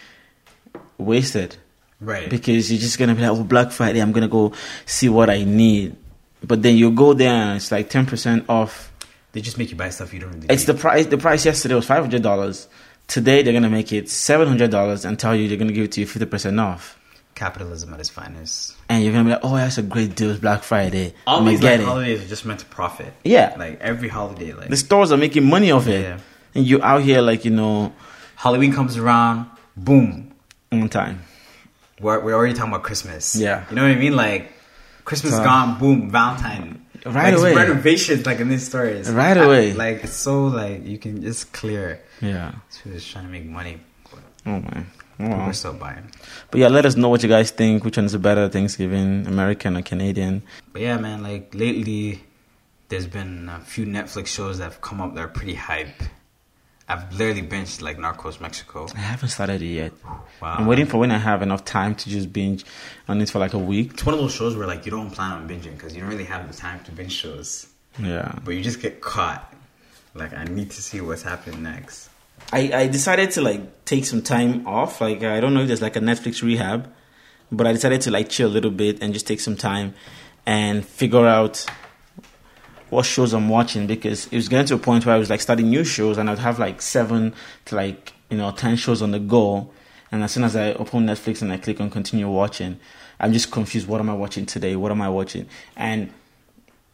Speaker 1: wasted
Speaker 2: Right.
Speaker 1: because you're just gonna be like, oh, Black Friday, I'm gonna go see what I need. But then you go there and it's like ten percent off.
Speaker 2: They just make you buy stuff you don't really.
Speaker 1: It's
Speaker 2: need.
Speaker 1: the price. The price yesterday was five hundred dollars. Today they're gonna make it seven hundred dollars and tell you they're gonna give it to you fifty percent off
Speaker 2: capitalism at its finest.
Speaker 1: and you're gonna be like, oh, that's a great deal, it's Black Friday.
Speaker 2: All
Speaker 1: I'm gonna
Speaker 2: these like,
Speaker 1: get it.
Speaker 2: holidays are just meant to profit.
Speaker 1: Yeah.
Speaker 2: Like every holiday, like
Speaker 1: The stores are making money off it,
Speaker 2: Yeah.
Speaker 1: and you out here like you know
Speaker 2: Halloween comes around, boom.
Speaker 1: on time.
Speaker 2: We're, we're already talking about Christmas.
Speaker 1: Yeah.
Speaker 2: You know what I mean? Like Christmas
Speaker 1: So-
Speaker 2: gone, boom, Valentine.
Speaker 1: Right
Speaker 2: like, it's
Speaker 1: away.
Speaker 2: Renovations like in these stories.
Speaker 1: Right
Speaker 2: I-
Speaker 1: away.
Speaker 2: like it's so like you can just clear.
Speaker 1: Yeah.
Speaker 2: So just trying to make money.
Speaker 1: Oh man.
Speaker 2: People
Speaker 1: Wow.
Speaker 2: are still buying.
Speaker 1: But yeah, let us know what you guys think. Which one's the better Thanksgiving, American or Canadian?
Speaker 2: But yeah, man, like lately there's been a few Netflix shows that have come up that are pretty hype. I've literally benched like Narcos Mexico.
Speaker 1: I haven't started it yet.
Speaker 2: Wow.
Speaker 1: I'm waiting for when I have enough time to just binge on it for like a week.
Speaker 2: It's one of those shows where like you don't plan on binging because you don't really have the time to binge shows,
Speaker 1: Yeah.
Speaker 2: but you just get caught. Like I need to see what's happening next.
Speaker 1: I, I decided to like take some time off. Like I don't know if there's like a Netflix rehab, but I decided to like chill a little bit and just take some time and figure out what shows I'm watching because it was getting to a point where I was like starting new shows and I'd have like seven to like you know ten shows on the go, and as soon as I open Netflix and I click on continue watching, I'm just confused. What am I watching today? What am I watching? And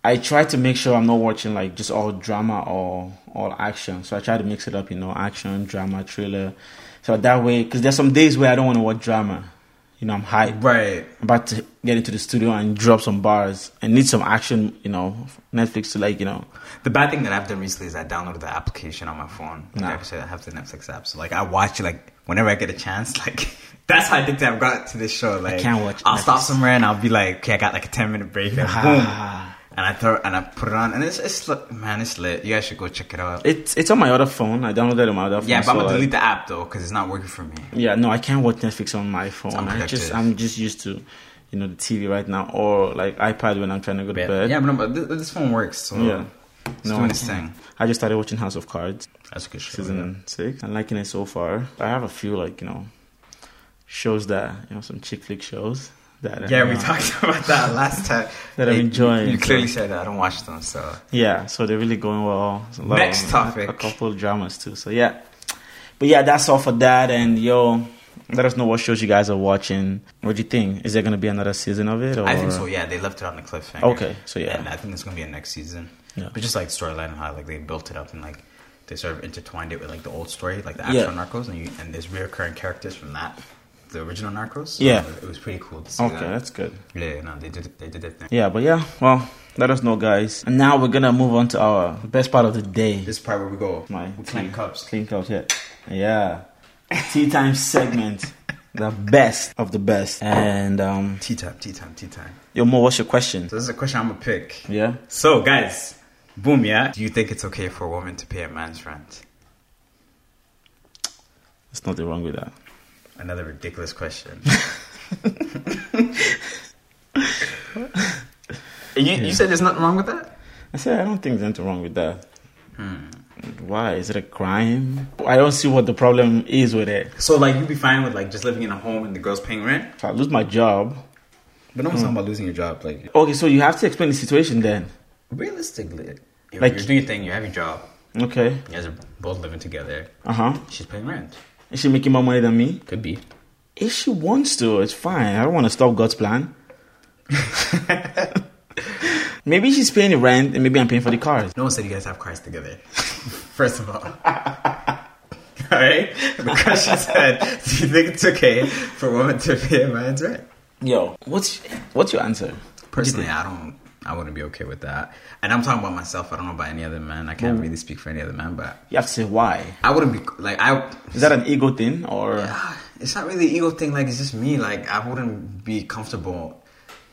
Speaker 1: I try to make sure I'm not watching like just all drama or all action. So I try to mix it up, you know, action, drama, thriller. So that way, because there's some days where I don't want to watch drama. You know, I'm hyped
Speaker 2: Right.
Speaker 1: about to get into the studio and drop some bars and need some action, you know, Netflix to like, you know,
Speaker 2: The bad thing that I've done recently is I downloaded the application on my phone. Like,
Speaker 1: Nah.
Speaker 2: Actually, I have the Netflix app, so like I watch like whenever I get a chance. [laughs] Like that's how addicted I've got to this show. Like
Speaker 1: can't watch
Speaker 2: I'll stop
Speaker 1: Netflix.
Speaker 2: somewhere and I'll be like, okay, I got like a ten minute break. And boom. And I throw and I put it on, and it's it's lit- man, it's lit. You guys should go check it out.
Speaker 1: it's it's on my other phone. I downloaded it on my other phone.
Speaker 2: Yeah, but
Speaker 1: so,
Speaker 2: I'm gonna
Speaker 1: like-
Speaker 2: delete the app though because it's not working for me.
Speaker 1: Yeah, no, I can't watch Netflix on my phone. I
Speaker 2: unproductive.
Speaker 1: just I'm just used to, you know, the TV right now or like iPad when I'm trying to go to
Speaker 2: Yeah,
Speaker 1: bed.
Speaker 2: Yeah, but, no, but this, this one works. So
Speaker 1: Yeah.
Speaker 2: it's
Speaker 1: No,
Speaker 2: doing
Speaker 1: I
Speaker 2: its thing.
Speaker 1: can't. I just started watching House of Cards
Speaker 2: That's a good show.
Speaker 1: season
Speaker 2: yeah.
Speaker 1: six. I'm liking it so far. I have a few like you know, shows that you know some chick flick shows that uh,
Speaker 2: Yeah, we talked [laughs] about that last time.
Speaker 1: That I'm
Speaker 2: Hey,
Speaker 1: enjoying,
Speaker 2: You, you
Speaker 1: so-
Speaker 2: clearly said that I don't watch them, so
Speaker 1: Yeah, so they're really going well. There's a lot
Speaker 2: Next
Speaker 1: of-
Speaker 2: topic.
Speaker 1: a couple of dramas too. So yeah, but yeah, that's all for that. And yo, let us know what shows you guys are watching. What do you think? Is there gonna be another season of it? Or?
Speaker 2: I think so. Yeah, they left it on the cliffhanger.
Speaker 1: Okay, so yeah.
Speaker 2: and I think it's gonna be a next season.
Speaker 1: Yeah.
Speaker 2: But just like storyline and how like they built it up and like they sort of intertwined it with like the old story, like the actual
Speaker 1: Yeah.
Speaker 2: Narcos, and you, and there's reoccurring characters from that, the original Narcos. So
Speaker 1: Yeah.
Speaker 2: it was pretty cool to see
Speaker 1: Okay,
Speaker 2: that.
Speaker 1: that's good.
Speaker 2: Yeah, no, they did it. They did their thing.
Speaker 1: Yeah, but yeah, well, let us know, guys. And now we're gonna move on to our best part of the day.
Speaker 2: This part where we go,
Speaker 1: My
Speaker 2: we clean
Speaker 1: tea.
Speaker 2: cups.
Speaker 1: Clean cups, yeah.
Speaker 2: [laughs]
Speaker 1: Yeah. Tea time segment. The best of the best. And um
Speaker 2: Tea time, tea time, tea time.
Speaker 1: yo Mo, what's your question?
Speaker 2: So this is a question I'm gonna pick.
Speaker 1: Yeah?
Speaker 2: So, guys, boom, yeah? Do you think it's okay for a woman to pay a man's rent?
Speaker 1: There's nothing wrong with that.
Speaker 2: Another ridiculous question. [laughs] you, you said there's nothing wrong with that?
Speaker 1: I said I don't think there's anything wrong with that.
Speaker 2: Hmm.
Speaker 1: Why? Is it a crime? I don't see what the problem is with it.
Speaker 2: So, like, you'd be fine with, like, just living in a home and the girl's paying rent?
Speaker 1: If I lose my job.
Speaker 2: But no one's talking about losing your job. Like,
Speaker 1: Okay, so you have to explain the situation then.
Speaker 2: realistically, you're,
Speaker 1: Like-
Speaker 2: you're doing your thing, you have your job,
Speaker 1: Okay.
Speaker 2: you guys are both living together,
Speaker 1: Uh huh.
Speaker 2: she's paying rent.
Speaker 1: Is she making more money than me?
Speaker 2: Could be.
Speaker 1: If she wants to, it's fine. I don't want to stop God's
Speaker 2: [laughs]
Speaker 1: plan. maybe she's paying the rent and maybe I'm paying for the cars.
Speaker 2: No one said you guys have cars together. [laughs] First of all. [laughs] Alright? The question said, do you think it's okay for women to pay a man's rent?
Speaker 1: Yo, what's what's your answer?
Speaker 2: Personally, I don't I wouldn't be okay with that. And I'm talking about myself. I don't know about any other man. I can't really speak for any other man, but
Speaker 1: You have to say why.
Speaker 2: I wouldn't be like I.
Speaker 1: Is that an ego thing or?
Speaker 2: It's not really ego thing. Like it's just me. Like I wouldn't be comfortable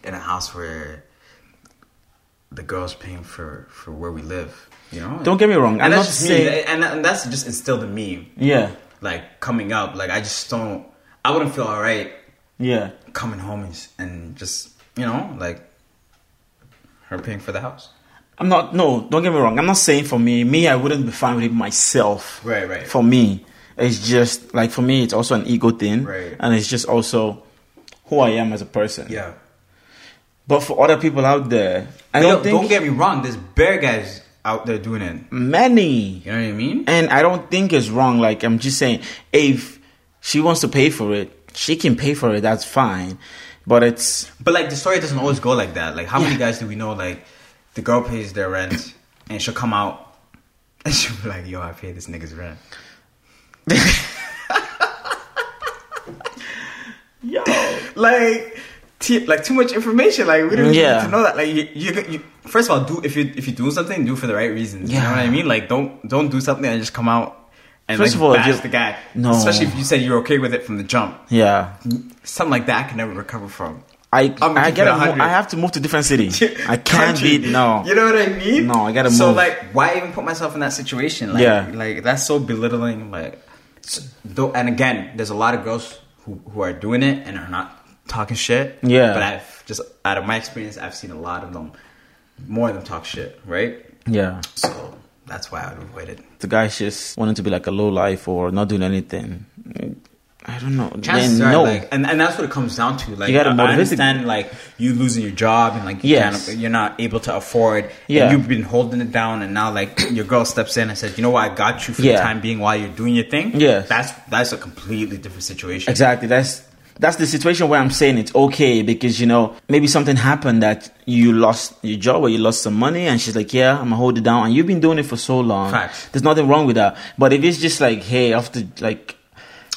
Speaker 2: in a house where the girl's paying for for where we live. You know.
Speaker 1: Don't get me wrong. I'm
Speaker 2: And
Speaker 1: not
Speaker 2: that's just me.
Speaker 1: saying.
Speaker 2: And, and that's just instilled in me.
Speaker 1: Yeah,
Speaker 2: Like coming up, like I just don't. I wouldn't feel alright
Speaker 1: yeah.
Speaker 2: coming home and, and just you know like her paying for the house.
Speaker 1: I'm not. No, don't get me wrong. I'm not saying for me. Me, I wouldn't be fine with it myself.
Speaker 2: Right, right.
Speaker 1: For me, it's just like for me, it's also an ego thing,
Speaker 2: Right.
Speaker 1: and it's just also who I am as a person.
Speaker 2: Yeah.
Speaker 1: But for other people out there, I
Speaker 2: Don't,
Speaker 1: don't think
Speaker 2: don't get me wrong. There's bear guys out there doing it.
Speaker 1: many.
Speaker 2: You know what I mean?
Speaker 1: And I don't think it's wrong. Like I'm just saying, if she wants to pay for it, she can pay for it. That's fine. But it's
Speaker 2: But like the story doesn't always go like that. Like how many guys do we know? Like the girl pays their rent and she'll come out [laughs] and she'll be like, "Yo, I paid this nigga's rent."
Speaker 1: [laughs] yo.
Speaker 2: Like, t- like too much information. Like we don't even
Speaker 1: Yeah.
Speaker 2: need to know that. Like you, you, you, first of all, do if you if you do something, do it for the right reasons. You
Speaker 1: Yeah.
Speaker 2: know what I mean? Like don't don't do something and just come out and
Speaker 1: First
Speaker 2: like,
Speaker 1: of all,
Speaker 2: bash
Speaker 1: just-
Speaker 2: the guy.
Speaker 1: No.
Speaker 2: especially if you said you're okay with it from the jump.
Speaker 1: Yeah,
Speaker 2: Something like that I can never recover from.
Speaker 1: I
Speaker 2: I'm
Speaker 1: I
Speaker 2: keeping
Speaker 1: gotta
Speaker 2: it
Speaker 1: mo-
Speaker 2: 100.
Speaker 1: I have to move to different
Speaker 2: [laughs]
Speaker 1: city. I can't
Speaker 2: Country.
Speaker 1: be no.
Speaker 2: You know what I mean?
Speaker 1: No, I gotta
Speaker 2: So
Speaker 1: move.
Speaker 2: like, why even put myself in that situation? Like,
Speaker 1: Yeah.
Speaker 2: like that's so belittling. Like, s- though, and again, there's a lot of girls who who are doing it and are not talking shit.
Speaker 1: Yeah.
Speaker 2: but I've just out of my experience, I've seen a lot of them, more of them talk shit, right?
Speaker 1: Yeah,
Speaker 2: So that's why I would avoid it.
Speaker 1: the guy's just wanting to be like a low life or not doing anything. I don't know.
Speaker 2: Chances
Speaker 1: then
Speaker 2: are,
Speaker 1: no.
Speaker 2: like, and, and that's what it comes down to. Like,
Speaker 1: You gotta
Speaker 2: I- I
Speaker 1: motivate the-
Speaker 2: understand, like, you losing your job and like, you
Speaker 1: Yes.
Speaker 2: can't, you're not able to afford.
Speaker 1: Yeah.
Speaker 2: and you've been holding it down, and now like [clears throat] your girl steps in and says, "You know what? I got you for the
Speaker 1: Yeah.
Speaker 2: time being while you're doing your thing."
Speaker 1: Yes.
Speaker 2: that's that's a completely different situation.
Speaker 1: Exactly. That's that's the situation where I'm saying it's okay because you know maybe something happened that you lost your job or you lost some money, and she's like, "Yeah, I'm gonna hold it down," and you've been doing it for so long.
Speaker 2: Facts.
Speaker 1: There's nothing wrong with that. But if it's just like, "Hey, after like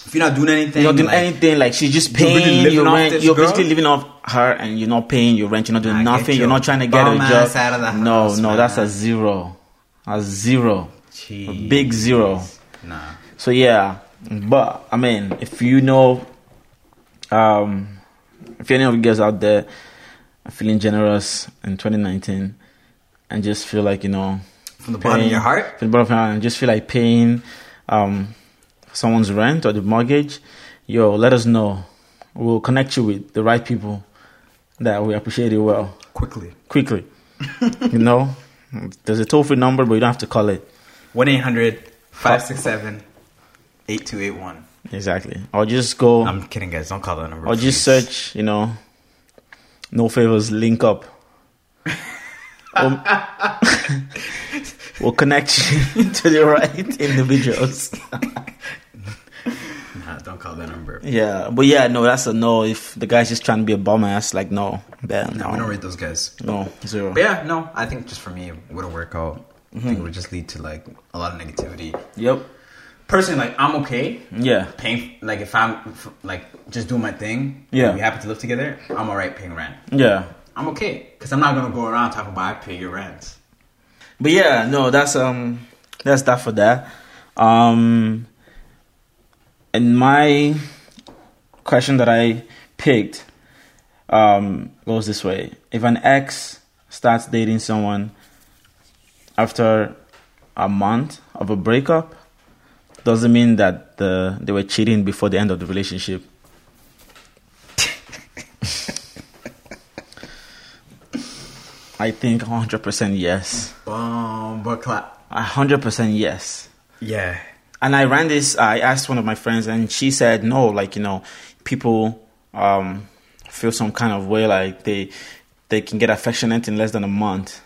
Speaker 2: If you're not doing anything,
Speaker 1: you're not doing
Speaker 2: like,
Speaker 1: anything, like she's just
Speaker 2: You're really
Speaker 1: paying
Speaker 2: living
Speaker 1: your
Speaker 2: off
Speaker 1: rent,
Speaker 2: this
Speaker 1: you're
Speaker 2: girl?
Speaker 1: basically living off her, and you're not paying your rent, you're not doing
Speaker 2: I get
Speaker 1: nothing,
Speaker 2: you.
Speaker 1: you're not trying to get a
Speaker 2: Bum
Speaker 1: job.
Speaker 2: ass out of the
Speaker 1: no,
Speaker 2: house,
Speaker 1: no,
Speaker 2: man.
Speaker 1: that's a zero, a zero, a
Speaker 2: Jeez.
Speaker 1: big zero.
Speaker 2: Nah,
Speaker 1: So yeah, but I mean, if you know, um, if any of you guys out there are feeling generous in 2019 and just feel like you know,
Speaker 2: from the bottom of
Speaker 1: paying-
Speaker 2: your heart,
Speaker 1: from the bottom of your heart, and just feel like paying um, someone's rent or the mortgage, yo, let us know. We'll connect you with the right people that we appreciate it well
Speaker 2: quickly. [laughs]
Speaker 1: quickly. you know, there's a toll free number, but you don't have to call it.
Speaker 2: One 567 8281
Speaker 1: Exactly. Or just go.
Speaker 2: I'm kidding, guys. Don't call that number.
Speaker 1: Or just
Speaker 2: please.
Speaker 1: search, you know, no favors, link up. we'll, we'll connect you [laughs] to the right individuals. [laughs]
Speaker 2: Nah, don't call that number.
Speaker 1: Yeah, but yeah, no, that's a no. If the guy's just trying to be a bum ass, like, no, then
Speaker 2: No, we don't
Speaker 1: no,
Speaker 2: rate those guys.
Speaker 1: no, zero.
Speaker 2: But yeah, no, I think just for me, it wouldn't work out. I
Speaker 1: Mm-hmm.
Speaker 2: think it would just lead to like a lot of negativity.
Speaker 1: Yep.
Speaker 2: Personally, like I'm okay
Speaker 1: Yeah.
Speaker 2: paying. Like if I'm f- like just doing my thing,
Speaker 1: Yeah.
Speaker 2: we happen to live together. I'm all right paying rent.
Speaker 1: Yeah.
Speaker 2: I'm okay because I'm not gonna go around talking about I pay your rent.
Speaker 1: But yeah, no, that's um that's that for that. Um and my question that I picked um goes this way. If an ex starts dating someone after a month of a breakup, doesn't mean that the, they were cheating before the end of the relationship. I think 100% yes.
Speaker 2: Boom, but clap.
Speaker 1: A hundred percent yes.
Speaker 2: Yeah,
Speaker 1: And I ran this. I asked one of my friends, and she said no. Like you know, people um, feel some kind of way. Like they they can get affectionate in less than a month.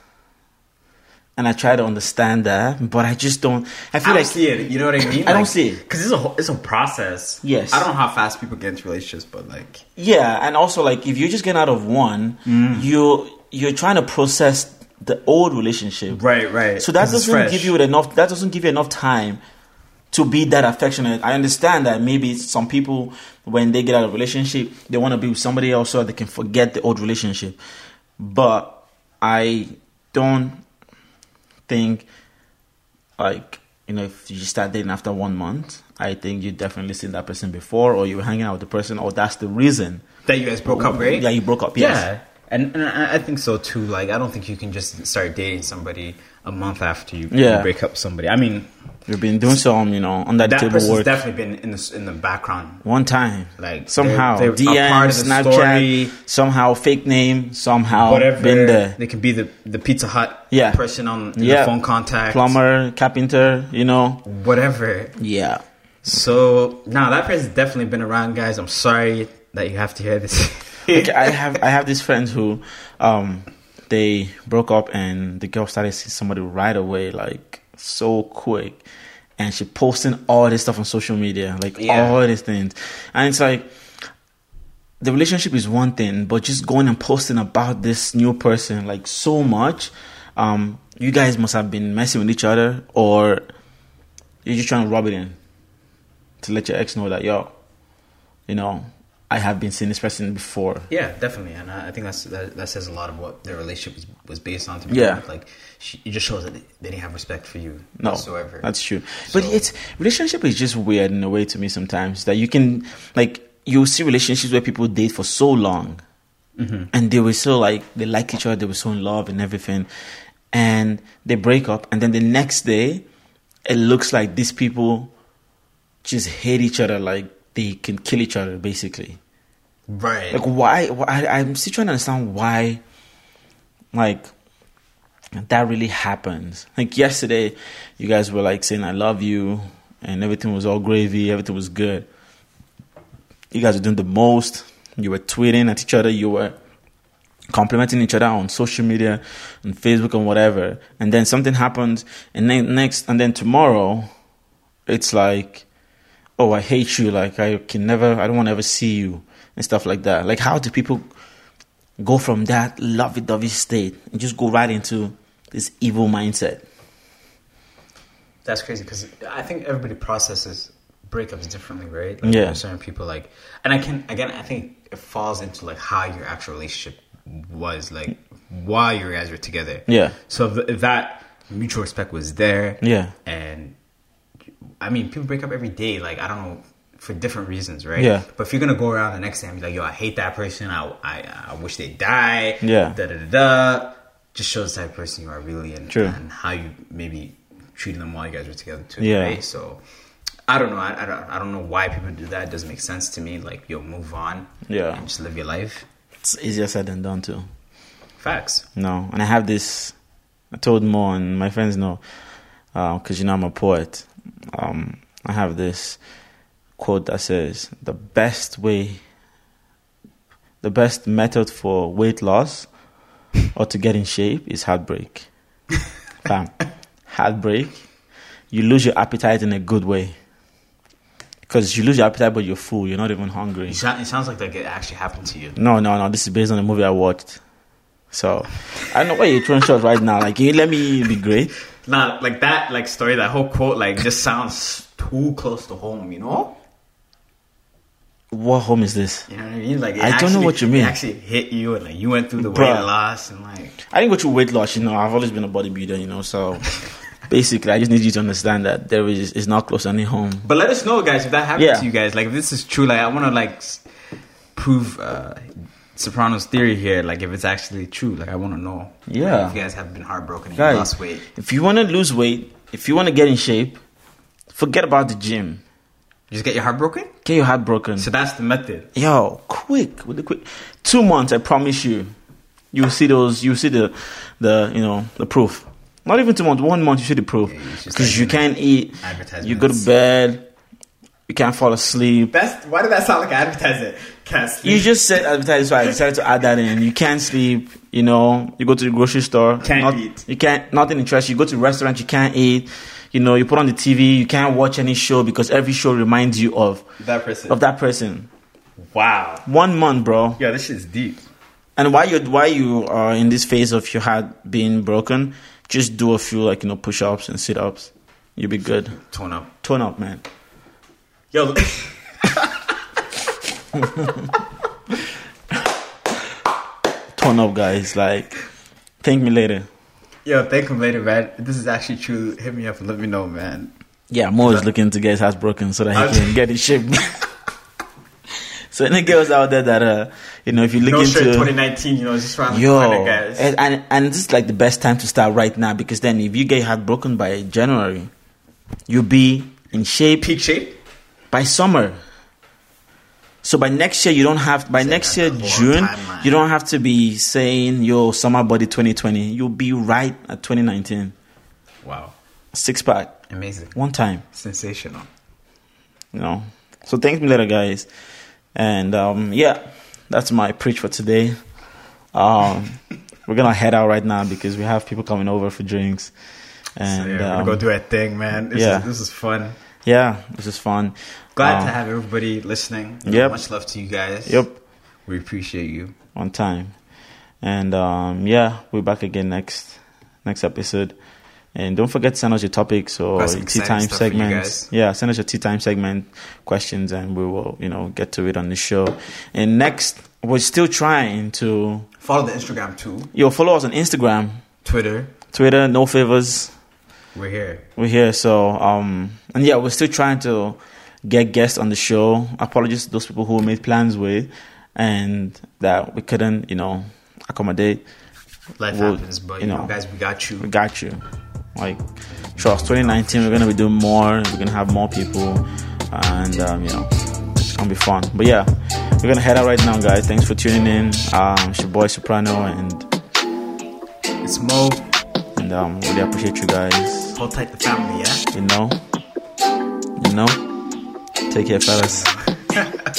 Speaker 1: And I try to understand that, but I just don't. I
Speaker 2: I
Speaker 1: feel
Speaker 2: don't
Speaker 1: like
Speaker 2: see it. You know what I mean?
Speaker 1: I don't see it.
Speaker 2: because it's a whole, it's a process.
Speaker 1: Yes.
Speaker 2: I don't know how fast people get into relationships, but like
Speaker 1: yeah, and also like if you just get out of one, you you're trying to process the old relationship.
Speaker 2: right, right.
Speaker 1: So that
Speaker 2: 'Cause it's
Speaker 1: doesn't
Speaker 2: fresh.
Speaker 1: give you enough. That doesn't give you enough time to be that affectionate. I understand that maybe some people, when they get out of a relationship, they want to be with somebody else so that they can forget the old relationship. But I don't think like you know if you start dating after one month, I think you definitely seen that person before, or you were hanging out with the person, or that's the reason
Speaker 2: That you guys broke up, right?
Speaker 1: Yeah, you broke up. Yes.
Speaker 2: Yeah. And, and I I think so too. Like, I don't think you can just start dating somebody a month after you, you
Speaker 1: Yeah.
Speaker 2: break up somebody. I mean,
Speaker 1: You've been doing some, you know, on that,
Speaker 2: that
Speaker 1: table
Speaker 2: person's
Speaker 1: work
Speaker 2: definitely been in the s- in the background.
Speaker 1: one time,
Speaker 2: Like,
Speaker 1: somehow
Speaker 2: they're- they're a
Speaker 1: DM,
Speaker 2: part of the
Speaker 1: Snapchat,
Speaker 2: story.
Speaker 1: somehow fake name, somehow
Speaker 2: Whatever.
Speaker 1: been there.
Speaker 2: They can be the, the Pizza Hut
Speaker 1: Yeah.
Speaker 2: person on in
Speaker 1: Yeah.
Speaker 2: the phone contact.
Speaker 1: plumber, carpenter, you know.
Speaker 2: Whatever.
Speaker 1: Yeah.
Speaker 2: So, now that person's definitely been around, guys. I'm sorry that you have to hear
Speaker 1: [laughs]
Speaker 2: this.
Speaker 1: Like, I have I have these friends who, um, they broke up and the girl started seeing somebody right away, like so quick, and she posting all this stuff on social media, like
Speaker 2: Yeah.
Speaker 1: all these things, and it's like. The relationship is one thing, but just going and posting about this new person like so much, um, you guys must have been messing with each other, or you're just trying to rub it in to let your ex know that yo, you know, I have been seeing this person before.
Speaker 2: Yeah, definitely, and I I think that's that, that says a lot of what their relationship was, was based on. To be
Speaker 1: Yeah.
Speaker 2: honest. like she, it just shows that they they didn't have respect for you
Speaker 1: No,
Speaker 2: whatsoever.
Speaker 1: that's true. But
Speaker 2: So-
Speaker 1: it's relationship is just weird in a way to me sometimes that you can like you see relationships where people date for so long,
Speaker 2: Mm-hmm.
Speaker 1: and they were so like they like each other, they were so in love and everything, and they break up, and then the next day, it looks like these people just hate each other like they can kill each other basically.
Speaker 2: right.
Speaker 1: like why, why I, i'm still trying to understand why like that really happens like yesterday you guys were like saying i love you and everything was all gravy everything was good you guys were doing the most you were tweeting at each other you were complimenting each other on social media on facebook and whatever and then something happens and then next and then tomorrow it's like oh i hate you like i can never i don't want to ever see you and stuff like that like how do people go from that lovey-dovey state and just go right into this evil mindset
Speaker 2: that's crazy because I think everybody processes breakups differently, right? Like,
Speaker 1: Yeah.
Speaker 2: there's certain people like, and I can again, I think it falls into like how your actual relationship was, like why you guys were together.
Speaker 1: Yeah.
Speaker 2: So if, if that mutual respect was there,
Speaker 1: Yeah.
Speaker 2: and I mean, people break up every day. Like I don't know for different reasons, right?
Speaker 1: Yeah.
Speaker 2: But if you're gonna go around the next day and be like, "Yo, I hate that person. I I, I wish they die."
Speaker 1: Yeah.
Speaker 2: Da da da da. Just shows the type of person you are really and,
Speaker 1: True.
Speaker 2: and how you maybe treated them while you guys were together too.
Speaker 1: Yeah.
Speaker 2: Right? So I don't know. I, I don't. I don't know why people do that. It doesn't make sense to me. Like, yo, move on.
Speaker 1: Yeah.
Speaker 2: And just live your life.
Speaker 1: it's easier said than done too
Speaker 2: Facts.
Speaker 1: No, and I have this. I told Mo and my friends know, because you know I'm a poet. Um, I have this quote that says, "The best way, the best method for weight loss or to get in shape is heartbreak." Bam, heartbreak. You lose your appetite in a good way. Because you lose your appetite, but you're full. You're not even hungry.
Speaker 2: It sou- it sounds like that could actually happened to you.
Speaker 1: No, no, no. This is based on a movie I watched. So I don't know why you're throwing shots right now. Like, you let me be great.
Speaker 2: Nah, like that, like story, that whole quote, like just sounds too close to home. You know.
Speaker 1: What home is this?
Speaker 2: You know what I mean? Like it
Speaker 1: I don't know
Speaker 2: actually-
Speaker 1: what you mean.
Speaker 2: It actually hit you, and like you went through the
Speaker 1: Bruh.
Speaker 2: weight loss, and like
Speaker 1: I didn't go through weight loss. You know, I've always been a bodybuilder. You know, so basically, I just need you to understand that there is it's not close to any home.
Speaker 2: But let us know, guys, if that happened
Speaker 1: Yeah.
Speaker 2: to you guys. Like, if this is true, like, I want to like s- prove uh, Soprano's theory here. Like, if it's actually true, like, I want to know.
Speaker 1: Yeah.
Speaker 2: if you guys have been heartbroken and you
Speaker 1: Guys,
Speaker 2: lost weight.
Speaker 1: if you want to lose weight, if you want to get in shape, forget about the gym.
Speaker 2: Just get your heart broken.
Speaker 1: Get your heart broken.
Speaker 2: So that's the method.
Speaker 1: Yo, quick with the quick. Two months, I promise you. You will see those. You will see the, the you know the proof. Not even two months. One month you see the proof
Speaker 2: Yeah, it's just
Speaker 1: because
Speaker 2: like
Speaker 1: you
Speaker 2: an
Speaker 1: can't eat. You go to
Speaker 2: advertisements.
Speaker 1: bed. You can't fall asleep.
Speaker 2: That's why did that sound like an advertisement? Cast.
Speaker 1: You just said advertise, so I decided to add that in. You can't sleep. You know, you go to the grocery store.
Speaker 2: Can't
Speaker 1: not-
Speaker 2: eat.
Speaker 1: You can't. Nothing interests you. You go to restaurant. You can't eat. You know, you put on the TV. You can't watch any show because every show reminds you of
Speaker 2: that person.
Speaker 1: of that person.
Speaker 2: Wow.
Speaker 1: One month, bro.
Speaker 2: Yeah, this shit's deep.
Speaker 1: And while you while you are in this phase of your heart being broken, just do a few like you know push ups and sit ups. You'll be good.
Speaker 2: Tone up.
Speaker 1: Tone up, man.
Speaker 2: Yo.
Speaker 1: Tone up, guys. Like Thank me later.
Speaker 3: Yo, thank him later, man. This is actually true. Hit me up and let me know, man.
Speaker 1: Yeah, Mo is looking to get his house broken so that
Speaker 3: I'm-
Speaker 1: he can get his shit. [laughs] so any girls out there that uh, you know, if you look
Speaker 3: No shirt
Speaker 1: into
Speaker 3: 2019, you know, it's just around the
Speaker 1: yo,
Speaker 3: corner, guys.
Speaker 1: and, and and this is like the best time to start right now because then if you get heartbroken by January, you'll be in shape
Speaker 3: Peak shape?
Speaker 1: by summer. So by next year you don't have by next year
Speaker 2: that whole
Speaker 1: June
Speaker 2: timeline.
Speaker 1: you don't have to be saying yo summer body 2020 you'll be right at 2019
Speaker 3: Wow.
Speaker 1: six pack
Speaker 3: Amazing.
Speaker 1: one time
Speaker 3: Sensational.
Speaker 1: you know. So thanks me later, guys. And um, yeah, that's my preach for today.
Speaker 3: [laughs]
Speaker 1: Um, we're gonna head out right now because we have people coming over for drinks.
Speaker 3: So,
Speaker 1: And
Speaker 3: yeah,
Speaker 1: yeah,
Speaker 3: we're
Speaker 1: um,
Speaker 3: gonna go do our thing, man. This,
Speaker 1: yeah.
Speaker 3: is, this is fun.
Speaker 1: yeah this is fun.
Speaker 3: Glad
Speaker 1: Um,
Speaker 3: to have everybody listening.
Speaker 1: Yep.
Speaker 2: Much love to you guys.
Speaker 1: Yep,
Speaker 3: We appreciate you.
Speaker 1: on time. And um, yeah, we're back again next next episode. And don't forget to send us your topics or
Speaker 2: Got some
Speaker 1: your tea time
Speaker 2: exciting stuff for you
Speaker 1: segments.
Speaker 2: guys.
Speaker 1: Yeah, send us your tea time segment questions, and we will, you know, get to it on the show. And next, we're still trying to
Speaker 3: Follow the Instagram too,
Speaker 1: Yo, follow us on Instagram,
Speaker 3: Twitter.
Speaker 1: Twitter, no favors.
Speaker 3: We're here.
Speaker 1: We're here. So, um, and yeah, we're still trying to get guests on the show. Apologies to those people who we made plans with and that we couldn't, you know, accommodate.
Speaker 2: Life
Speaker 1: Well,
Speaker 2: happens, but
Speaker 1: you
Speaker 2: you
Speaker 1: know.
Speaker 2: know, guys, we got you.
Speaker 1: We got you. Like, trust 2019, we're going to be doing more. We're going to have more people. And, um, you know, it's going to be fun. But yeah, we're going to head out right now, guys. Thanks for tuning in. Um, it's your boy Soprano, and,
Speaker 3: It's Mo.
Speaker 1: and um, really appreciate you guys.
Speaker 3: Hold tight the family, yeah?
Speaker 1: You know? You know? Take care, fellas.